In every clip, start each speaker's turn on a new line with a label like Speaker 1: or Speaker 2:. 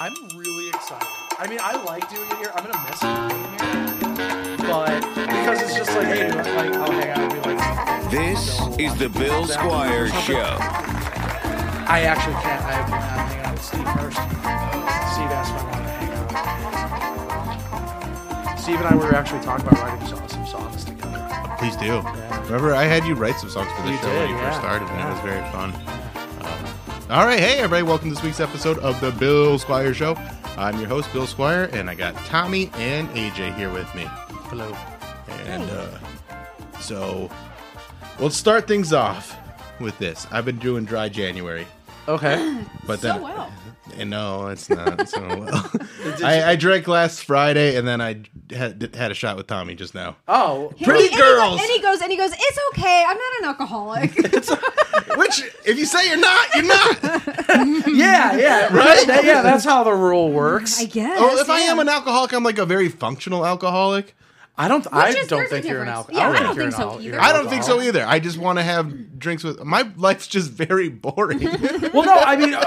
Speaker 1: I'm really excited. I mean, I like doing it here. I'm gonna miss it, being here. but because it's just like, hey, like I'll hang out and be like,
Speaker 2: This is the Bill Squire Show.
Speaker 1: I actually can't. I have to hang out with Steve first. Steve asked if I wanted to hang out. Steve and I were actually talking about writing some, some songs together.
Speaker 3: Please do. Remember, I had you write some songs for the
Speaker 1: You
Speaker 3: show
Speaker 1: did,
Speaker 3: when you first
Speaker 1: yeah.
Speaker 3: started, and it was very fun. Um, all right, hey everybody, welcome to this week's episode of the Bill Squire Show. I'm your host, Bill Squire, and I got Tommy and AJ here with me.
Speaker 1: Hello.
Speaker 3: And uh, so, we'll start things off with this. I've been doing dry January,
Speaker 1: Okay.
Speaker 3: but then and no, it's not so well. I, I drank last Friday, and then I had, had a shot with Tommy just now.
Speaker 1: Oh,
Speaker 3: Pretty
Speaker 4: And he go-
Speaker 3: girls.
Speaker 4: and he goes, and he goes, it's okay. I'm not an alcoholic.
Speaker 1: Uh,
Speaker 3: Which, if you say you're not, you're not.
Speaker 1: yeah, yeah,
Speaker 3: Right?
Speaker 1: That- yeah, that's how the rule works.
Speaker 4: I guess.
Speaker 3: Oh, if I am
Speaker 4: yeah.
Speaker 3: an alcoholic, I'm like a very functional alcoholic.
Speaker 1: I don't. I
Speaker 4: is-
Speaker 1: don't
Speaker 4: there's a
Speaker 1: think you're an
Speaker 4: difference.
Speaker 1: alcohol.
Speaker 4: Yeah, I
Speaker 1: think
Speaker 4: don't
Speaker 1: you're
Speaker 4: think
Speaker 1: an
Speaker 4: so
Speaker 1: al-
Speaker 4: either.
Speaker 1: you're an
Speaker 3: I don't think so
Speaker 1: alcoholic.
Speaker 3: either. I just want to have drinks with my life's just very boring, and
Speaker 1: Well, no, I mean, uh,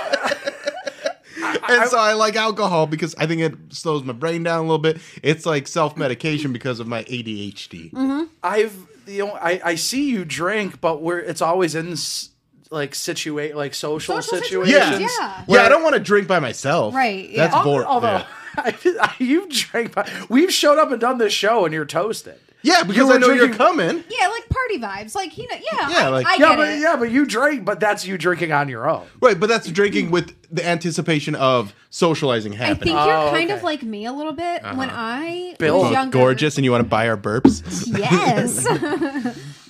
Speaker 3: so I like alcohol because I think it slows my brain down a little bit. It's like self medication because of my ADHD.
Speaker 4: Mm-hmm.
Speaker 1: I've the only, I I see you drink, but we're it's always in s- like situate like social,
Speaker 4: Social
Speaker 1: situations.
Speaker 3: Yeah,
Speaker 4: Yeah.
Speaker 3: yeah. I don't want to drink by myself.
Speaker 4: Right, yeah.
Speaker 3: That's boring.
Speaker 1: Although
Speaker 3: yeah.
Speaker 1: I, you drank, but we've showed up and done this show, and you're toasted.
Speaker 3: Yeah, because
Speaker 1: were
Speaker 3: I know you're
Speaker 1: drinking-
Speaker 3: coming.
Speaker 4: Yeah, like party vibes. Like he, know, yeah,
Speaker 3: Yeah,
Speaker 4: I,
Speaker 3: like-
Speaker 4: I
Speaker 3: Yeah,
Speaker 4: get
Speaker 1: Yeah, but
Speaker 4: it.
Speaker 1: yeah, but you drank, but that's you drinking on your own.
Speaker 3: Right, but that's drinking with the anticipation of socializing
Speaker 4: I
Speaker 3: happening.
Speaker 4: think you're
Speaker 1: Oh,
Speaker 4: kind
Speaker 1: okay.
Speaker 4: of like me a little bit. When I
Speaker 1: Bill.
Speaker 4: was
Speaker 1: Both
Speaker 4: younger,
Speaker 3: gorgeous, and you want to buy our burps.
Speaker 4: Yes.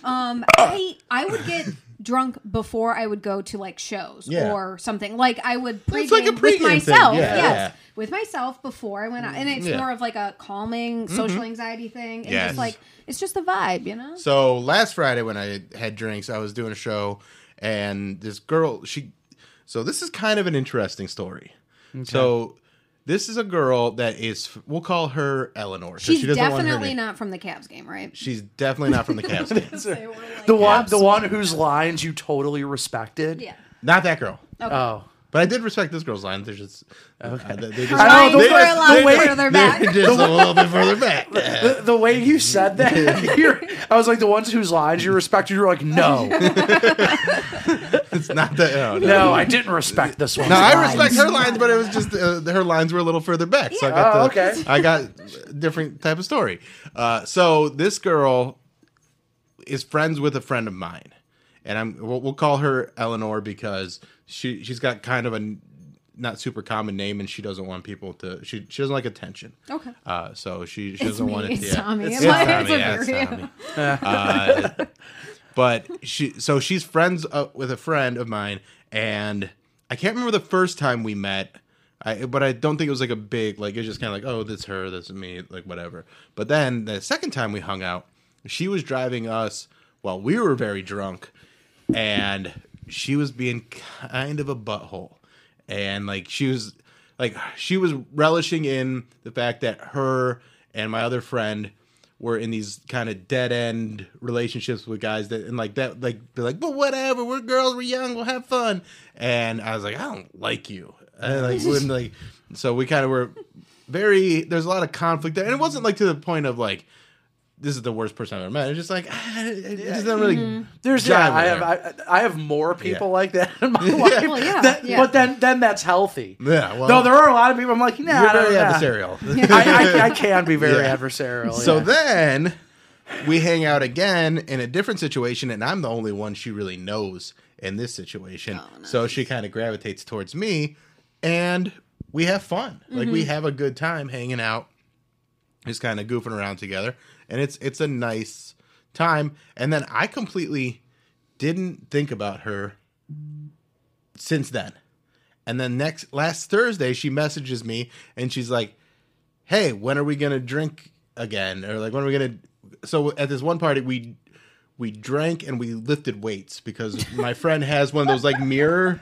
Speaker 4: um, I I would get drunk before I would go to like shows
Speaker 3: Yeah.
Speaker 4: or something. Like I would pregame,
Speaker 3: like a pregame
Speaker 4: with
Speaker 3: thing.
Speaker 4: myself.
Speaker 3: Yeah.
Speaker 4: Yes.
Speaker 3: Yeah.
Speaker 4: With myself before I went out, and it's
Speaker 3: Yeah.
Speaker 4: more of like a calming social anxiety thing, and
Speaker 3: Yes.
Speaker 4: just like it's just the vibe, you know.
Speaker 3: So last Friday when I had drinks, I was doing a show, and this girl, she, so this is kind of an interesting story. So this is a girl that is, we'll call her Eleanor. 'cause
Speaker 4: She's
Speaker 3: she doesn't want her
Speaker 4: definitely
Speaker 3: name-
Speaker 4: not from the Cavs game, right?
Speaker 3: She's definitely not from the Cavs. game.
Speaker 1: The one, the one whose lines you totally respected.
Speaker 4: Yeah.
Speaker 3: not that girl.
Speaker 1: Oh,
Speaker 3: But I did respect this girl's line. They're just, okay. they, they just,
Speaker 1: I know,
Speaker 3: they
Speaker 1: those were a lot
Speaker 3: they-
Speaker 1: further
Speaker 3: they're
Speaker 4: back.
Speaker 3: just a little bit further back. Yeah.
Speaker 1: the, the way you said that, you're, I was like the ones whose lines you respected. You were like, no,
Speaker 3: It's not that. oh, No, no.
Speaker 1: no, I didn't respect this one.
Speaker 3: No, I respect her lines, but it was just uh, her lines were a little further back. So I got
Speaker 1: Oh,
Speaker 3: the,
Speaker 1: okay.
Speaker 3: I got different type of story. Uh, so this girl is friends with a friend of mine, and I'm we'll, we'll call her Eleanor because she she's got kind of a not super common name, and she doesn't want people to she she doesn't like attention.
Speaker 4: Okay.
Speaker 3: Uh, so she, she
Speaker 4: It's
Speaker 3: doesn't
Speaker 4: me,
Speaker 3: want it.
Speaker 4: it's
Speaker 3: yeah.
Speaker 4: Tommy.
Speaker 3: It's,
Speaker 4: Am I-
Speaker 3: Tommy,
Speaker 4: it's a
Speaker 3: yeah, it's
Speaker 4: very-
Speaker 3: Tommy. Uh, but she, so she's friends uh, with a friend of mine, and I can't remember the first time we met. I, but I don't think it was like a big like it's just kind of like oh that's her that's me like whatever. But then the second time we hung out, she was driving us while we were very drunk, and she was being kind of a butthole and like she was like she was relishing in the fact that her and my other friend were in these kind of dead end relationships with guys that and like that like they're like well whatever we're girls we're young we'll have fun and I was like I don't like you and like wouldn't like so we kind of were very there's a lot of conflict there and it wasn't like to the point of like this is the worst person I've ever met it's just like ah, it, it just doesn't really
Speaker 1: There's
Speaker 3: jive
Speaker 1: yeah, I
Speaker 3: with
Speaker 1: have
Speaker 3: her.
Speaker 1: I, I have more people
Speaker 3: Yeah.
Speaker 1: like that in my life.
Speaker 4: Well, yeah,
Speaker 1: That-
Speaker 4: yeah.
Speaker 1: But then then that's healthy.
Speaker 3: Yeah, well-
Speaker 1: no, there are a lot of people. I'm like, nah,
Speaker 3: you're
Speaker 1: I don't-
Speaker 3: very
Speaker 1: nah.
Speaker 3: adversarial
Speaker 1: I, I, I can be very
Speaker 3: Yeah.
Speaker 1: adversarial.
Speaker 3: So
Speaker 1: yeah.
Speaker 3: then we hang out again in a different situation, and I'm the only one she really knows in this situation. So she kind of gravitates towards me, and we have fun. Like we have a good time hanging out, just kind of goofing around together, and it's it's a nice time. And then I completely didn't think about her since then. And then next last Thursday, she messages me and she's like, "Hey, when are we gonna drink again?" Or like, "When are we gonna?" So at this one party, we we drank and we lifted weights because my friend has one of those like mirror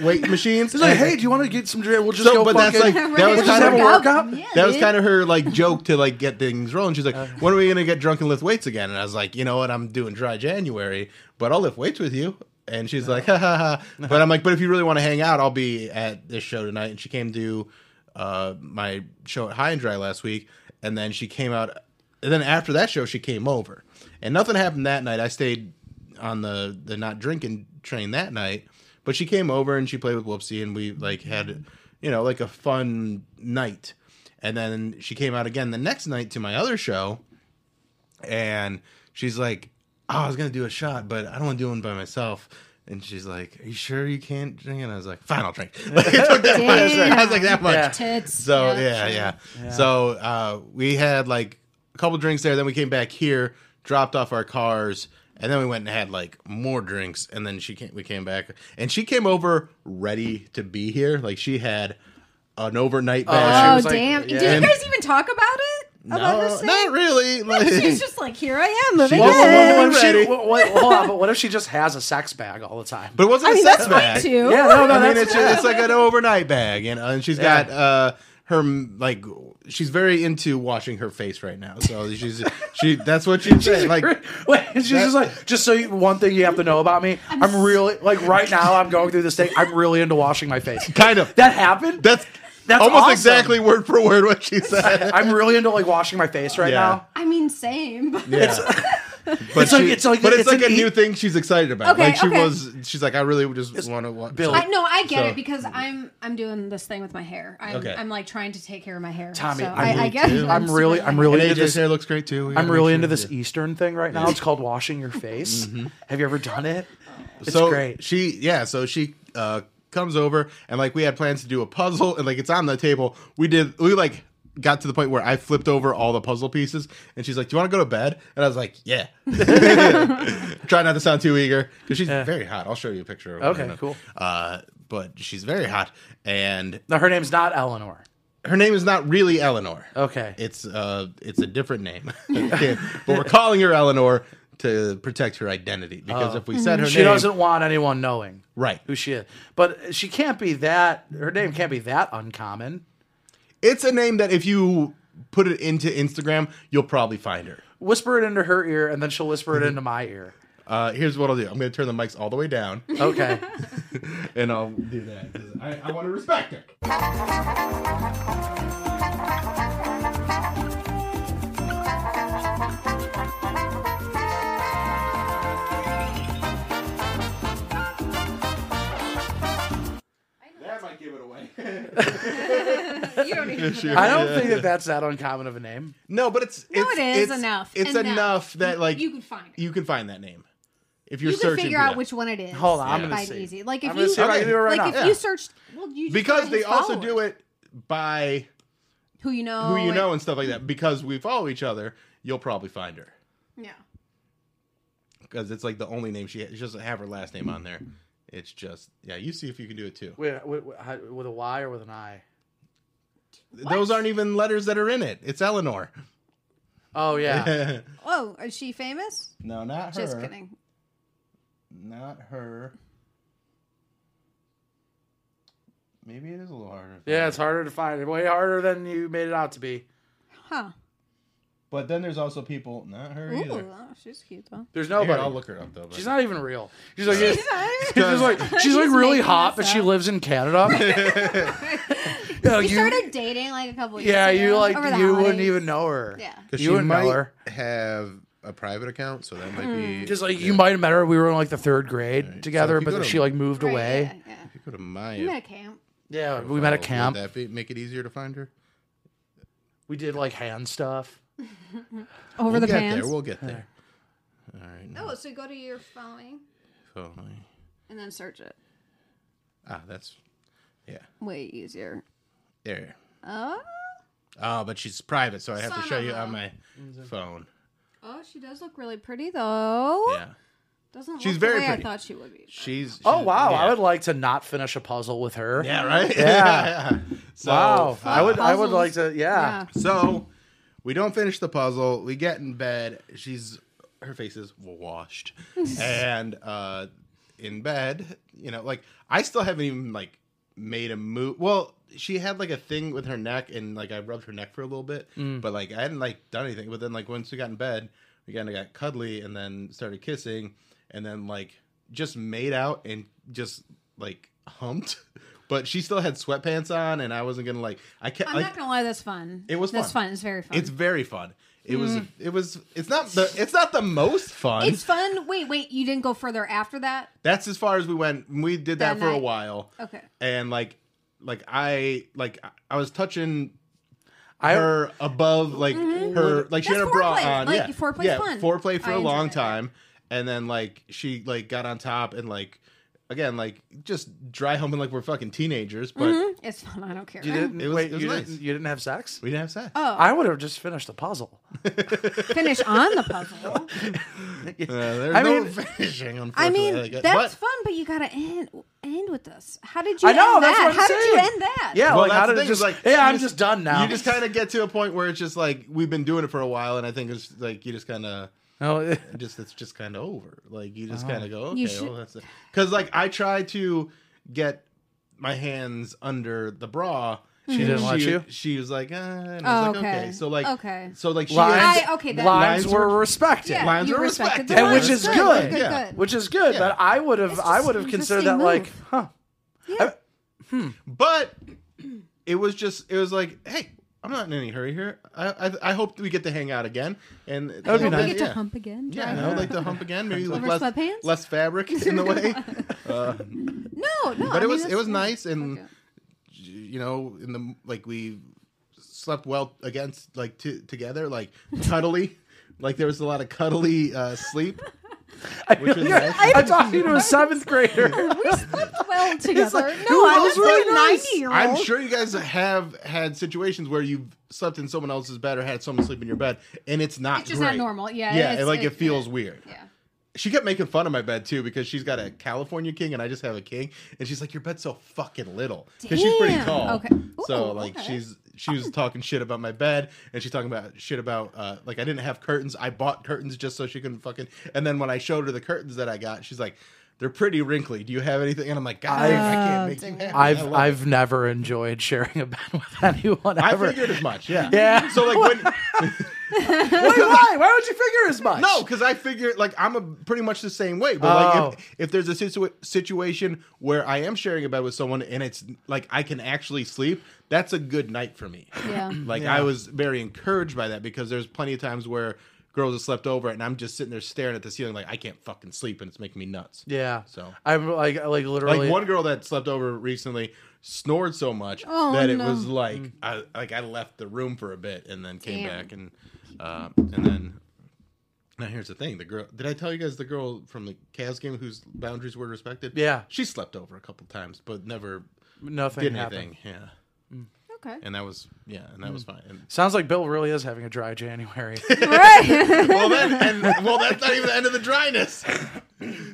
Speaker 3: weight machines.
Speaker 1: It's like, hey, do you want to get some drink? We'll just
Speaker 3: So,
Speaker 1: go
Speaker 3: but that's
Speaker 1: fucking-
Speaker 3: like-
Speaker 4: Right,
Speaker 3: that was
Speaker 4: it's
Speaker 3: kind
Speaker 4: a
Speaker 3: of a
Speaker 1: workout.
Speaker 4: Yeah,
Speaker 3: that was
Speaker 4: dude. Uh.
Speaker 3: kind of her like joke to like get things rolling. She's like, "When are we gonna get drunk and lift weights again?" And I was like, "You know what? I'm doing dry January, but I'll lift weights with you." And she's like,
Speaker 4: Uh.
Speaker 3: "Ha ha ha!" But I'm like, "But if you really want to hang out, I'll be at this show tonight." And she came to uh, my show at High and Dry last week, and then she came out. And then after that show, she came over, and nothing happened that night. I stayed on the the not drinking train that night. But she came over and she played with Whoopsie and we like had you know like a fun night. And then she came out again the next night to my other show and she's like, "Oh, I was gonna do a shot, but I don't want to do one by myself." And she's like, "Are you sure you can't drink?" And I was like, "Fine, I'll drink." Like, I took that much. I was like, "That much."
Speaker 1: Yeah.
Speaker 4: Tits.
Speaker 3: So yeah,
Speaker 4: Yeah, sure.
Speaker 3: yeah. So uh, we had like a couple drinks there. Then we came back here, dropped off our cars, and then we went and had like more drinks. And then she came, we came back, and she came over ready to be here. Like she had an overnight bag.
Speaker 1: she
Speaker 4: Oh
Speaker 1: was like-
Speaker 4: damn!
Speaker 1: yeah.
Speaker 4: Did
Speaker 3: And-
Speaker 4: you guys even talk about it? about her
Speaker 3: no,
Speaker 4: saying-
Speaker 3: not really. Like,
Speaker 4: She's just like, here I am, living
Speaker 3: She-
Speaker 1: What, what- what- what if
Speaker 3: Yeah.
Speaker 1: she, what, what- hold on, but what if she just has a sex bag all the time?
Speaker 3: but it wasn't
Speaker 4: I
Speaker 3: a
Speaker 4: mean,
Speaker 3: sex
Speaker 4: that's
Speaker 3: bag.
Speaker 4: fine too.
Speaker 1: yeah, no, no,
Speaker 3: I mean,
Speaker 1: that's-
Speaker 3: it's, it's like an overnight bag, you know, and she's got
Speaker 1: Yeah.
Speaker 3: uh, her like she's very into washing her face right now. So she's she that's what she'd say. Like
Speaker 1: Wait, she's just
Speaker 3: That-
Speaker 1: like, just so you, one thing you have to know about me, I'm, really like right now. I'm going through this thing. I'm really into washing my face.
Speaker 3: kind of
Speaker 1: That happened.
Speaker 3: that's
Speaker 1: That's
Speaker 3: almost
Speaker 1: awesome.
Speaker 3: exactly word for word what she said.
Speaker 1: I'm really into like washing my face right
Speaker 3: Yeah.
Speaker 1: now.
Speaker 4: I mean, same. but-
Speaker 3: Yeah. But
Speaker 1: It's like- it's like-
Speaker 3: but it's,
Speaker 1: it's
Speaker 3: like
Speaker 1: an
Speaker 3: a
Speaker 1: e-
Speaker 3: new thing she's excited about.
Speaker 4: Okay,
Speaker 3: like she
Speaker 4: okay.
Speaker 3: was, she's like, I really just want to watch.
Speaker 1: Bill.
Speaker 4: I, no, I get
Speaker 3: So-
Speaker 4: it because I'm I'm doing this thing with my hair. I'm,
Speaker 3: Okay.
Speaker 4: I'm like trying to take care of my hair.
Speaker 1: Tommy,
Speaker 4: so
Speaker 1: I'm,
Speaker 4: I, I get it.
Speaker 1: I'm
Speaker 4: super
Speaker 1: really,
Speaker 4: like-
Speaker 1: I'm really
Speaker 3: And
Speaker 1: into
Speaker 3: AJ's
Speaker 1: this.
Speaker 3: hair looks great too. We gotta
Speaker 1: I'm
Speaker 3: make
Speaker 1: really
Speaker 3: sure
Speaker 1: into
Speaker 3: we
Speaker 1: this
Speaker 3: do.
Speaker 1: Eastern thing right now. It's called washing your face. Have you ever done it? It's
Speaker 3: so
Speaker 1: great.
Speaker 3: she yeah so she uh comes over and like we had plans to do a puzzle and like it's on the table we did we like got to the point where i flipped over all the puzzle pieces and she's like do you want to go to bed and i was like yeah try not to sound too eager because she's very hot i'll show you a picture of her
Speaker 1: Okay,
Speaker 3: in a-
Speaker 1: cool.
Speaker 3: uh but she's very hot and
Speaker 1: No, her name's not Eleanor.
Speaker 3: her name is not really eleanor
Speaker 1: Okay.
Speaker 3: it's uh it's a different name but we're calling her eleanor to protect her identity because if we said her
Speaker 1: Oh. she
Speaker 3: name
Speaker 1: doesn't want anyone knowing
Speaker 3: right
Speaker 1: who she is. But she can't be that. Her name can't be that uncommon.
Speaker 3: It's a name that if you put it into Instagram, you'll probably find her.
Speaker 1: Whisper it into her ear, and then she'll whisper it into my ear.
Speaker 3: Uh, here's what I'll do. I'm going to turn the mics all the way down,
Speaker 1: Okay.
Speaker 3: and I'll do that. 'cause I, I want to respect her. That might give it away.
Speaker 4: You don't even know.
Speaker 1: I don't think that that's that uncommon of a name.
Speaker 3: No, but it's
Speaker 4: No,
Speaker 3: it's,
Speaker 4: it is
Speaker 3: it's-
Speaker 4: enough.
Speaker 3: It's enough, that like
Speaker 4: you can find it.
Speaker 3: you can find that name if you're
Speaker 4: You can
Speaker 3: searching.
Speaker 4: figure
Speaker 3: for
Speaker 4: out
Speaker 3: that.
Speaker 4: which one it is.
Speaker 1: Hold on, I'm
Speaker 4: Find
Speaker 1: gonna
Speaker 4: it
Speaker 1: see.
Speaker 4: easy. Like if
Speaker 1: I'm gonna
Speaker 4: you
Speaker 1: see if I
Speaker 3: can
Speaker 1: do it right
Speaker 4: like
Speaker 1: now.
Speaker 4: if
Speaker 3: Yeah.
Speaker 4: you searched, well, you just
Speaker 3: because
Speaker 4: find
Speaker 3: they
Speaker 4: his
Speaker 3: also
Speaker 4: followers.
Speaker 3: do it by
Speaker 4: Who you know?
Speaker 3: who you
Speaker 4: and-
Speaker 3: know and stuff like that. Because we follow each other, you'll probably find her
Speaker 4: Yeah.
Speaker 3: because it's like the only name she, she doesn't have her last name on there. It's just yeah. You see if you can do it too.
Speaker 1: Wait, wait, wait, how- with a Y or with an I?
Speaker 3: Those aren't even letters that are in it. It's Eleanor.
Speaker 1: Oh yeah.
Speaker 4: Oh, is she famous?
Speaker 3: no, not her.
Speaker 4: Just kidding.
Speaker 3: Not her. Maybe it is a little harder.
Speaker 1: Yeah, it's harder to find. Way harder than you made it out to be.
Speaker 4: Huh.
Speaker 3: But then there's also people. Not her
Speaker 4: Ooh,
Speaker 3: either.
Speaker 4: oh, she's cute though.
Speaker 1: There's
Speaker 3: Here,
Speaker 1: nobody.
Speaker 3: I'll look her up though. but-
Speaker 1: She's not even real. She's like, she's,
Speaker 3: Because-
Speaker 1: like, she's like
Speaker 4: He's
Speaker 1: really
Speaker 4: making
Speaker 1: hot,
Speaker 4: this
Speaker 1: but she
Speaker 4: up.
Speaker 1: lives in Canada. Yeah,
Speaker 4: We
Speaker 1: you-
Speaker 4: started dating like a couple years
Speaker 1: Yeah,
Speaker 4: ago.
Speaker 1: you like
Speaker 4: over the
Speaker 1: you wouldn't
Speaker 4: holidays.
Speaker 1: even know her.
Speaker 4: Yeah.
Speaker 3: 'cause
Speaker 1: you wouldn't know her.
Speaker 3: have a private account, so that might
Speaker 4: Hmm.
Speaker 3: be
Speaker 1: Just like you might have met her. We were in like the third grade
Speaker 3: So
Speaker 1: together,
Speaker 3: if you
Speaker 1: but
Speaker 3: go
Speaker 1: then
Speaker 3: to-
Speaker 1: she like moved
Speaker 4: Right,
Speaker 1: away.
Speaker 4: Yeah, yeah.
Speaker 3: Go to my
Speaker 4: You met at camp.
Speaker 1: Yeah, we met at
Speaker 3: profile.
Speaker 1: camp.
Speaker 3: Would that be, make it easier to find her?
Speaker 1: We did like hand stuff.
Speaker 4: Over
Speaker 3: we'll
Speaker 4: the
Speaker 3: get
Speaker 4: pants.
Speaker 3: there. We'll get there. All right. now
Speaker 4: Oh, so go to your following
Speaker 3: follow me.
Speaker 4: and then search it.
Speaker 3: Ah, that's yeah.
Speaker 4: Way easier.
Speaker 3: There.
Speaker 4: Oh,
Speaker 3: Oh, but she's private, so I have to show you
Speaker 4: Somehow.
Speaker 3: on my phone.
Speaker 4: oh, she does look really pretty though.
Speaker 3: Yeah.
Speaker 4: Doesn't look
Speaker 3: She's
Speaker 4: the
Speaker 3: very
Speaker 4: way
Speaker 3: pretty.
Speaker 4: I thought she would be.
Speaker 3: She's,
Speaker 1: Oh
Speaker 3: she's-
Speaker 1: wow,
Speaker 3: yeah.
Speaker 1: I would like to not finish a puzzle with her.
Speaker 3: Yeah, right.
Speaker 1: Yeah.
Speaker 3: So,
Speaker 1: Wow,
Speaker 3: uh,
Speaker 1: I would. I would
Speaker 4: Puzzles.
Speaker 1: like to. Yeah.
Speaker 3: So we don't finish the puzzle. We get in bed. She's her face is washed, and uh, in bed, you know, like I still haven't even like made a move. Well, she had like a thing with her neck, and like I rubbed her neck for a little bit, but like I hadn't like done anything. But then like once we got in bed, we kind of got cuddly, and then started kissing, and then like just made out and just like humped. But she still had sweatpants on, and I wasn't gonna like. I kept.
Speaker 4: I'm
Speaker 3: like,
Speaker 4: not gonna lie, that's fun.
Speaker 3: It was
Speaker 4: that's
Speaker 3: fun.
Speaker 4: fun. It's very fun. Mm.
Speaker 3: it's very fun. It was. It was. It's not the. It's not the most fun.
Speaker 4: It's fun. Wait, wait, you didn't go further after that?
Speaker 3: That's as far as we went. We did that,
Speaker 4: That
Speaker 3: for a
Speaker 4: night.
Speaker 3: while.
Speaker 4: Okay.
Speaker 3: And like, like I like I- I was touching
Speaker 1: I-
Speaker 3: her above like her like she
Speaker 4: Mm-hmm. That's
Speaker 3: had her bra
Speaker 4: foreplay.
Speaker 3: on.
Speaker 4: Like,
Speaker 3: yeah.
Speaker 4: foreplay's
Speaker 3: yeah.
Speaker 4: fun.
Speaker 3: Foreplay for
Speaker 4: I
Speaker 3: a
Speaker 4: enjoy
Speaker 3: long
Speaker 4: that.
Speaker 3: time, and then like she like got on top and like again like just dry humping like we're fucking teenagers, but
Speaker 4: It's fun. I don't care.
Speaker 1: You didn't
Speaker 3: It was-
Speaker 1: wait.
Speaker 3: it was
Speaker 1: you
Speaker 3: nice.
Speaker 1: didn't. You didn't have sex.
Speaker 3: we didn't have sex.
Speaker 4: Oh.
Speaker 1: I would have just finished the puzzle.
Speaker 4: Finish on the puzzle.
Speaker 3: Uh, there's
Speaker 1: I
Speaker 3: no
Speaker 1: mean-
Speaker 3: finishing.
Speaker 4: I mean,
Speaker 3: unfortunately. Like,
Speaker 4: that's
Speaker 3: but-
Speaker 4: fun, but you gotta end end with this. How did you?
Speaker 1: I know,
Speaker 4: End
Speaker 1: that's
Speaker 4: that?
Speaker 1: what I'm
Speaker 4: How did
Speaker 1: saying.
Speaker 4: you end that?
Speaker 1: Yeah.
Speaker 3: Well,
Speaker 1: like how
Speaker 3: that's
Speaker 1: did
Speaker 3: the
Speaker 1: it
Speaker 3: thing, is,
Speaker 1: just?
Speaker 3: like,
Speaker 1: yeah,
Speaker 3: you
Speaker 1: I'm
Speaker 3: just-
Speaker 1: just done now.
Speaker 3: You just kind of get to a point where it's just like we've been doing it for a while, and I think it's like you just kind of
Speaker 1: No,
Speaker 3: just it's just kind of over. Like you
Speaker 1: Oh.
Speaker 3: just kind of go,
Speaker 4: You
Speaker 3: okay,
Speaker 4: should-
Speaker 3: well that's because like I tried to get my hands under the bra. She
Speaker 1: didn't let you?
Speaker 3: She was like, uh, and
Speaker 4: Oh,
Speaker 3: I was like, okay.
Speaker 4: okay.
Speaker 3: So like,
Speaker 4: Okay.
Speaker 3: So like, she
Speaker 1: Lines,
Speaker 3: had-
Speaker 4: I- okay, that-
Speaker 1: lines,
Speaker 3: Lines
Speaker 1: were
Speaker 3: were-
Speaker 1: respected.
Speaker 4: Yeah,
Speaker 3: Lines
Speaker 4: you
Speaker 3: are
Speaker 4: respected
Speaker 3: respected.
Speaker 4: the
Speaker 3: And
Speaker 4: lines.
Speaker 1: which is good.
Speaker 4: Good,
Speaker 3: Yeah.
Speaker 4: good, good.
Speaker 1: which is good.
Speaker 3: Yeah.
Speaker 1: But I would have,
Speaker 4: It's
Speaker 1: I
Speaker 4: just
Speaker 1: would
Speaker 4: an
Speaker 1: have
Speaker 4: interesting
Speaker 1: considered that
Speaker 4: move.
Speaker 1: like, huh?
Speaker 3: but it was just it was like, hey, I'm not in any hurry here. I I, I hope we get to hang out again, and that
Speaker 1: would be
Speaker 4: Don't
Speaker 1: nice.
Speaker 4: we get to hump again?
Speaker 3: Yeah, I would like to hump again. Maybe with
Speaker 4: Over
Speaker 3: less,
Speaker 4: sweatpants?
Speaker 3: less fabric in the way.
Speaker 4: No, no.
Speaker 3: But it was it was nice, and you know, in the like we slept well against like t- together, like cuddly. like there was a lot of cuddly uh, sleep.
Speaker 1: I
Speaker 3: Which is
Speaker 1: really-
Speaker 3: nice.
Speaker 1: I'm talking to a seventh grader.
Speaker 4: We slept well together.
Speaker 1: who
Speaker 4: no, I
Speaker 1: else
Speaker 4: was
Speaker 1: really
Speaker 4: like
Speaker 1: nice?
Speaker 4: ninety year
Speaker 3: I'm
Speaker 4: old.
Speaker 3: sure you guys have had situations where you've slept in someone else's bed or had someone sleep in your bed, and it's not
Speaker 4: It's just
Speaker 3: great.
Speaker 4: not normal. Yeah,
Speaker 3: Yeah,
Speaker 4: it's-
Speaker 3: and, like it,
Speaker 4: it-
Speaker 3: feels weird.
Speaker 4: Yeah.
Speaker 3: She kept making fun of my bed too because she's got a California king and I just have a king, and she's like, "Your bed's so fucking little," because she's pretty
Speaker 4: Damn.
Speaker 3: tall.
Speaker 4: Okay.
Speaker 3: so
Speaker 4: Ooh,
Speaker 3: like
Speaker 4: okay.
Speaker 3: she's she was talking shit about my bed, and she's talking about shit about uh, like I didn't have curtains. I bought curtains just so she couldn't fucking. And then when I showed her the curtains that I got, she's like, "They're pretty wrinkly. Do you have anything?" And I'm like, "God, I,
Speaker 4: Oh,
Speaker 3: can't make you happy." I
Speaker 1: I've
Speaker 3: love
Speaker 1: I've never enjoyed sharing a bed with anyone
Speaker 3: it." I
Speaker 1: ever.
Speaker 3: figured as much. Yeah.
Speaker 1: Yeah.
Speaker 3: So like when
Speaker 1: Wait, why? Why would you figure as much?
Speaker 3: No, because I figure like I'm a, pretty much the same way. But
Speaker 1: Oh.
Speaker 3: like if, if there's a situa- situation where I am sharing a bed with someone and it's like I can actually sleep, that's a good night for me.
Speaker 4: Yeah.
Speaker 3: Like I was very encouraged by that because there's plenty of times where girls have slept over and I'm just sitting there staring at the ceiling like I can't fucking sleep and it's making me nuts.
Speaker 1: Yeah.
Speaker 3: So.
Speaker 1: I'm like, I, like
Speaker 3: Like
Speaker 1: literally.
Speaker 3: one girl that slept over recently snored so much
Speaker 4: Oh,
Speaker 3: that it
Speaker 4: no.
Speaker 3: was like
Speaker 1: Mm.
Speaker 3: I like I left the room for a bit and then came
Speaker 4: Damn.
Speaker 3: back and uh, and then now here's the thing the girl did I tell you guys the girl from the Cavs game whose boundaries were respected
Speaker 1: Yeah.
Speaker 3: she slept over a couple times but never
Speaker 1: nothing
Speaker 3: did
Speaker 1: happened. Mm.
Speaker 3: anything yeah
Speaker 4: Okay.
Speaker 3: and that was yeah and that was fine and,
Speaker 1: Sounds like Bill really is having a dry January.
Speaker 4: Right.
Speaker 3: well then and well that's not even the end of the dryness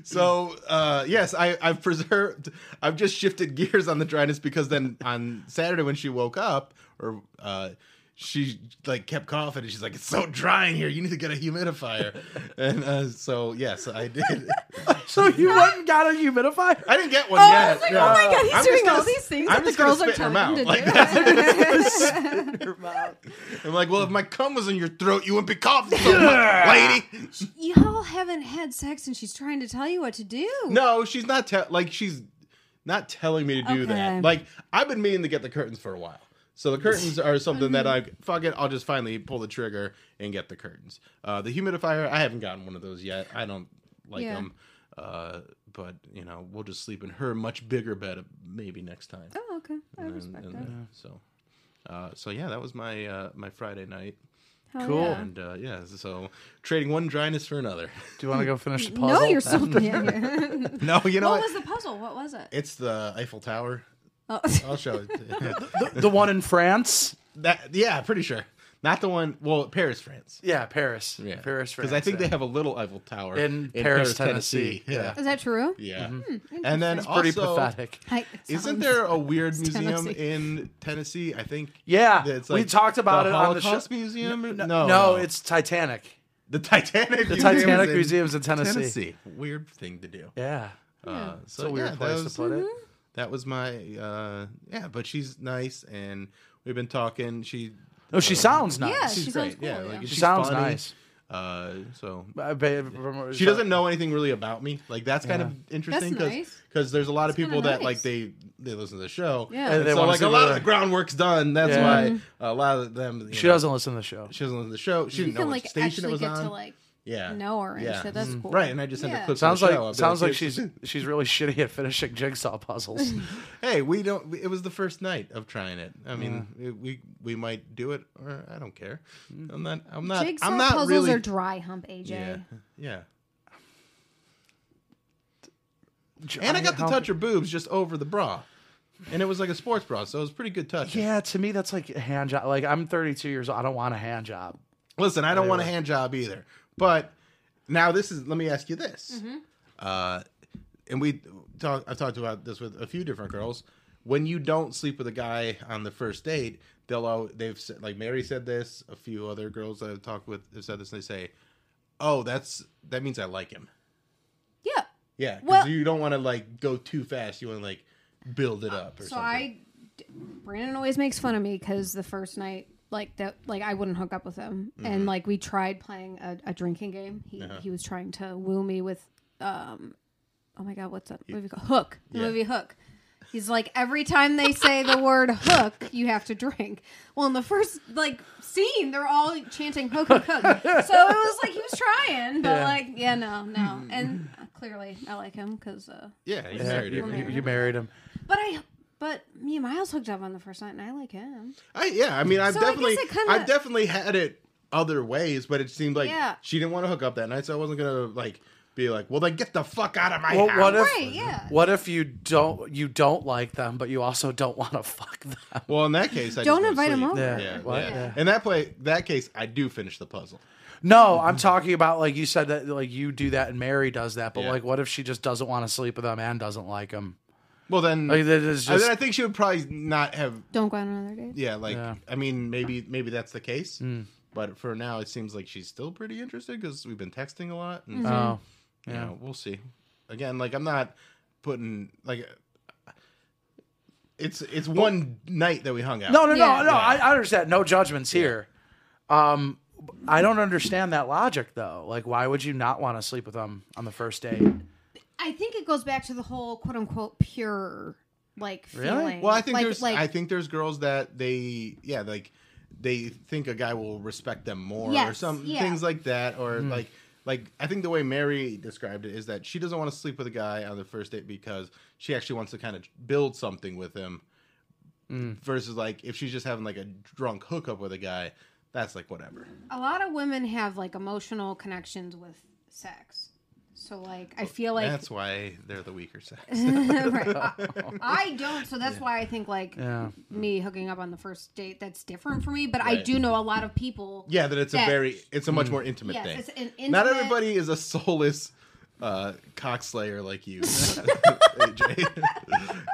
Speaker 3: so uh yes i i've preserved i've just shifted gears on the dryness because then on saturday when she woke up or uh she like kept coughing and she's like it's so dry in here you need to get a humidifier and uh so yes i did
Speaker 1: so you went and got a humidifier.
Speaker 3: i didn't get one
Speaker 4: I
Speaker 3: yet
Speaker 4: was like,
Speaker 3: no.
Speaker 4: oh my God, he's
Speaker 3: I'm just
Speaker 4: doing
Speaker 3: gonna
Speaker 4: all
Speaker 3: s-
Speaker 4: these things
Speaker 3: I'm
Speaker 4: that the
Speaker 3: just gonna
Speaker 4: girls are
Speaker 3: spit in her
Speaker 4: telling him
Speaker 3: mouth.
Speaker 4: to
Speaker 3: Like,
Speaker 4: do.
Speaker 3: i'm like well if my cum was in your throat you wouldn't be coughing so much lady
Speaker 4: Y'all haven't had sex, and she's trying to tell you what to do.
Speaker 3: No, she's not. Te- like she's not telling me to do
Speaker 4: Okay.
Speaker 3: that. Like I've been meaning to get the curtains for a while. So the curtains are something that I fuck it. I'll just finally pull the trigger and get the curtains. Uh, the humidifier, I haven't gotten one of those yet. I don't like
Speaker 4: Yeah.
Speaker 3: them. Uh, but you know, we'll just sleep in her much bigger bed uh, maybe next time.
Speaker 4: Oh, okay. I
Speaker 3: And-
Speaker 4: respect
Speaker 3: and,
Speaker 4: that.
Speaker 3: uh, so, uh, so yeah, that was my uh, my Friday night,
Speaker 4: Hell
Speaker 1: Cool.
Speaker 4: yeah.
Speaker 3: and uh, yeah, so trading one dryness for another.
Speaker 1: Do you want to go finish the puzzle?
Speaker 4: No, you're still. Yeah, yeah.
Speaker 3: no, you know
Speaker 4: What
Speaker 3: what?
Speaker 4: was the puzzle? What was it?
Speaker 3: It's the Eiffel Tower.
Speaker 4: Oh.
Speaker 3: I'll show it.
Speaker 1: the one in France.
Speaker 3: That yeah, pretty sure. Not the one. Well, Paris, France.
Speaker 1: Yeah, Paris. Paris,
Speaker 3: Because I think
Speaker 1: France,
Speaker 3: they have a little Eiffel Tower
Speaker 1: In Paris, Tennessee.
Speaker 3: Yeah.
Speaker 4: Is that true?
Speaker 3: Yeah. And then
Speaker 1: yeah. pretty
Speaker 3: also-
Speaker 1: pathetic.
Speaker 4: I, it
Speaker 3: Isn't
Speaker 4: Hmm, sounds-
Speaker 3: there a weird museum
Speaker 4: Tennessee.
Speaker 3: in Tennessee? I think.
Speaker 1: Yeah,
Speaker 3: that's
Speaker 1: we talked about
Speaker 3: the
Speaker 1: it on the
Speaker 3: Holocaust
Speaker 1: show.
Speaker 3: museum. or-
Speaker 1: No,
Speaker 3: no,
Speaker 1: it's Titanic.
Speaker 3: the Titanic.
Speaker 1: The
Speaker 3: Museum
Speaker 1: Titanic
Speaker 3: is in
Speaker 1: Museum's in Tennessee.
Speaker 3: Tennessee. Weird thing to do.
Speaker 1: Yeah,
Speaker 3: Uh, so
Speaker 1: it's a weird
Speaker 3: yeah, that
Speaker 1: place
Speaker 3: was- mm-hmm.
Speaker 1: to put it.
Speaker 3: That was my uh, yeah, but she's nice, and we've been talking. She
Speaker 1: No, she sounds nice.
Speaker 4: Yeah,
Speaker 3: she's
Speaker 4: she sounds
Speaker 3: great.
Speaker 4: cool.
Speaker 3: yeah,
Speaker 4: Yeah,
Speaker 3: like,
Speaker 1: She
Speaker 3: she's
Speaker 1: sounds
Speaker 3: funny.
Speaker 1: nice.
Speaker 3: Uh, so
Speaker 1: I- ba- remember-
Speaker 3: she doesn't know anything really about me. Like that's kind
Speaker 1: Yeah.
Speaker 3: of interesting
Speaker 4: That's
Speaker 3: because
Speaker 4: nice.
Speaker 3: there's a lot of
Speaker 4: That's
Speaker 3: people
Speaker 4: kinda
Speaker 3: that like
Speaker 4: nice.
Speaker 3: they they listen to the show.
Speaker 4: Yeah. Mm-hmm.
Speaker 3: and
Speaker 1: And they
Speaker 3: so
Speaker 1: wanna
Speaker 3: like
Speaker 1: see
Speaker 3: a lot
Speaker 1: whether-
Speaker 3: of the groundwork's done. That's
Speaker 1: Yeah.
Speaker 3: why a lot of them. you
Speaker 1: She
Speaker 3: know,
Speaker 1: doesn't listen to the show.
Speaker 3: She doesn't listen to the show. She
Speaker 4: You
Speaker 3: didn't know
Speaker 4: can
Speaker 3: what
Speaker 4: like
Speaker 3: station it
Speaker 4: actually
Speaker 3: was
Speaker 4: get
Speaker 3: on.
Speaker 4: to like
Speaker 3: yeah,
Speaker 4: know her and
Speaker 3: yeah.
Speaker 4: shit. That's
Speaker 3: Mhm.
Speaker 4: cool.
Speaker 3: Right, and I just sent her
Speaker 4: Yeah.
Speaker 3: clips.
Speaker 1: Sounds
Speaker 3: of the
Speaker 1: like
Speaker 3: show. I'd be
Speaker 1: sounds like
Speaker 3: "Here's-
Speaker 1: she's she's really shitty at finishing jigsaw puzzles.
Speaker 3: hey, we don't. It was the first night of trying it. I mean, it- we we might do it, or I don't care.
Speaker 1: Mm-hmm.
Speaker 3: I'm not. I'm not.
Speaker 4: Jigsaw
Speaker 3: I'm not
Speaker 4: puzzles
Speaker 3: really.
Speaker 4: are dry hump, AJ.
Speaker 3: yeah, yeah. And I got to touch her boobs just over the bra, and it was like a sports bra, so it was pretty good touch.
Speaker 1: Yeah, to me that's like a hand job. Like I'm 32 years old. I don't want a hand job.
Speaker 3: Listen, I don't want a hand job either. But now this is. Let me ask you this.
Speaker 4: Mm-hmm.
Speaker 3: Uh, and we talk. I've talked about this with a few different girls. When you don't sleep with a guy on the first date, they'll al- they've said, like Mary said this. A few other girls that I've talked with have said this. And they say, "Oh, that's that means I like him."
Speaker 4: Yeah.
Speaker 3: Yeah, because
Speaker 4: Well-
Speaker 3: you don't want to like go too fast. You want to like build it up or
Speaker 4: So
Speaker 3: something.
Speaker 4: I, Brandon always makes fun of me because the first night, like that, like I wouldn't hook up with him,
Speaker 3: Mm-hmm.
Speaker 4: and like we tried playing a, a drinking game. He
Speaker 3: Uh-huh.
Speaker 4: he was trying to woo me with, um, oh my god, what's that movie called? Hook. The
Speaker 3: Yeah.
Speaker 4: movie Hook. He's like every time they say the word hook, you have to drink. Well, in the first like scene, they're all chanting hook, hook, hook. So it was like he was trying, but
Speaker 1: Yeah.
Speaker 4: like yeah, no, no, and uh, clearly I like him because. Uh,
Speaker 3: yeah, you married
Speaker 1: you,
Speaker 3: her.
Speaker 1: you- you married him.
Speaker 4: but I, but me and Miles hooked up on the first night, and I like him.
Speaker 3: I yeah, I mean, I've
Speaker 4: So I guess
Speaker 3: definitely,
Speaker 4: it kinda-
Speaker 3: I've definitely had it other ways, but it seemed like
Speaker 4: Yeah.
Speaker 3: she didn't want to hook up that night, so I wasn't gonna like be like, well, then get the fuck out of my
Speaker 1: Well,
Speaker 3: house.
Speaker 1: what if
Speaker 4: Right? Yeah.
Speaker 1: what if you don't you don't like them, but you also don't want to fuck them?
Speaker 3: well, in that case, I
Speaker 4: Don't
Speaker 3: just go to
Speaker 4: invite 'em
Speaker 3: sleep.
Speaker 4: over.
Speaker 1: Yeah.
Speaker 3: Yeah,
Speaker 1: What?
Speaker 3: yeah.
Speaker 1: Yeah.
Speaker 3: In that play, that case, I do finish the puzzle.
Speaker 1: No, I'm talking about like you said that like you do that and Mary does that, but
Speaker 3: Yeah.
Speaker 1: like what if she just doesn't want to sleep with them and doesn't like them?
Speaker 3: Well, then,
Speaker 1: Like Oh, that is
Speaker 3: I,
Speaker 1: just
Speaker 3: then I think she would probably not have.
Speaker 4: Don't go on another date.
Speaker 3: Yeah, like
Speaker 1: Yeah. Hmm.
Speaker 3: I mean, maybe maybe that's the case, but for now, it seems like she's still pretty interested because we've been texting a lot. And
Speaker 4: Mm-hmm.
Speaker 1: oh
Speaker 3: you know, we'll see. Again, like I'm not putting like it's it's one night that we hung out.
Speaker 1: no no no
Speaker 4: Yeah.
Speaker 1: no. I, I understand. No judgments here. Um, I don't understand that logic though. Like, why would you not want to sleep with them on the first date?
Speaker 4: I think it goes back to the whole "quote unquote" pure like
Speaker 1: Really?
Speaker 4: feeling.
Speaker 3: Well, I think
Speaker 4: like,
Speaker 3: there's
Speaker 4: like,
Speaker 3: I think there's girls that they yeah like they think a guy will respect them more or
Speaker 4: Yes,
Speaker 3: some
Speaker 4: yeah. Hmm.
Speaker 3: things like that or like like I think the way Mary described it is that she doesn't want to sleep with a guy on the first date because she actually wants to kind of build something with him
Speaker 4: Hmm.
Speaker 3: versus like if she's just having like a drunk hookup with a guy that's like whatever.
Speaker 4: a lot of women have like emotional connections with sex. So like I feel like
Speaker 3: that's why they're the weaker sex.
Speaker 4: Right. I, I don't, so that's why I think like
Speaker 1: Yeah.
Speaker 4: me hooking up on the first date that's different for me. But I
Speaker 3: Right.
Speaker 4: do know a lot of people.
Speaker 3: Yeah, that it's a
Speaker 4: that-
Speaker 3: very it's a
Speaker 1: Mm.
Speaker 3: much more intimate
Speaker 4: Yes,
Speaker 3: thing.
Speaker 4: it's an
Speaker 3: Not
Speaker 4: intimate-
Speaker 3: everybody is a soulless uh cockslayer like you. AJ.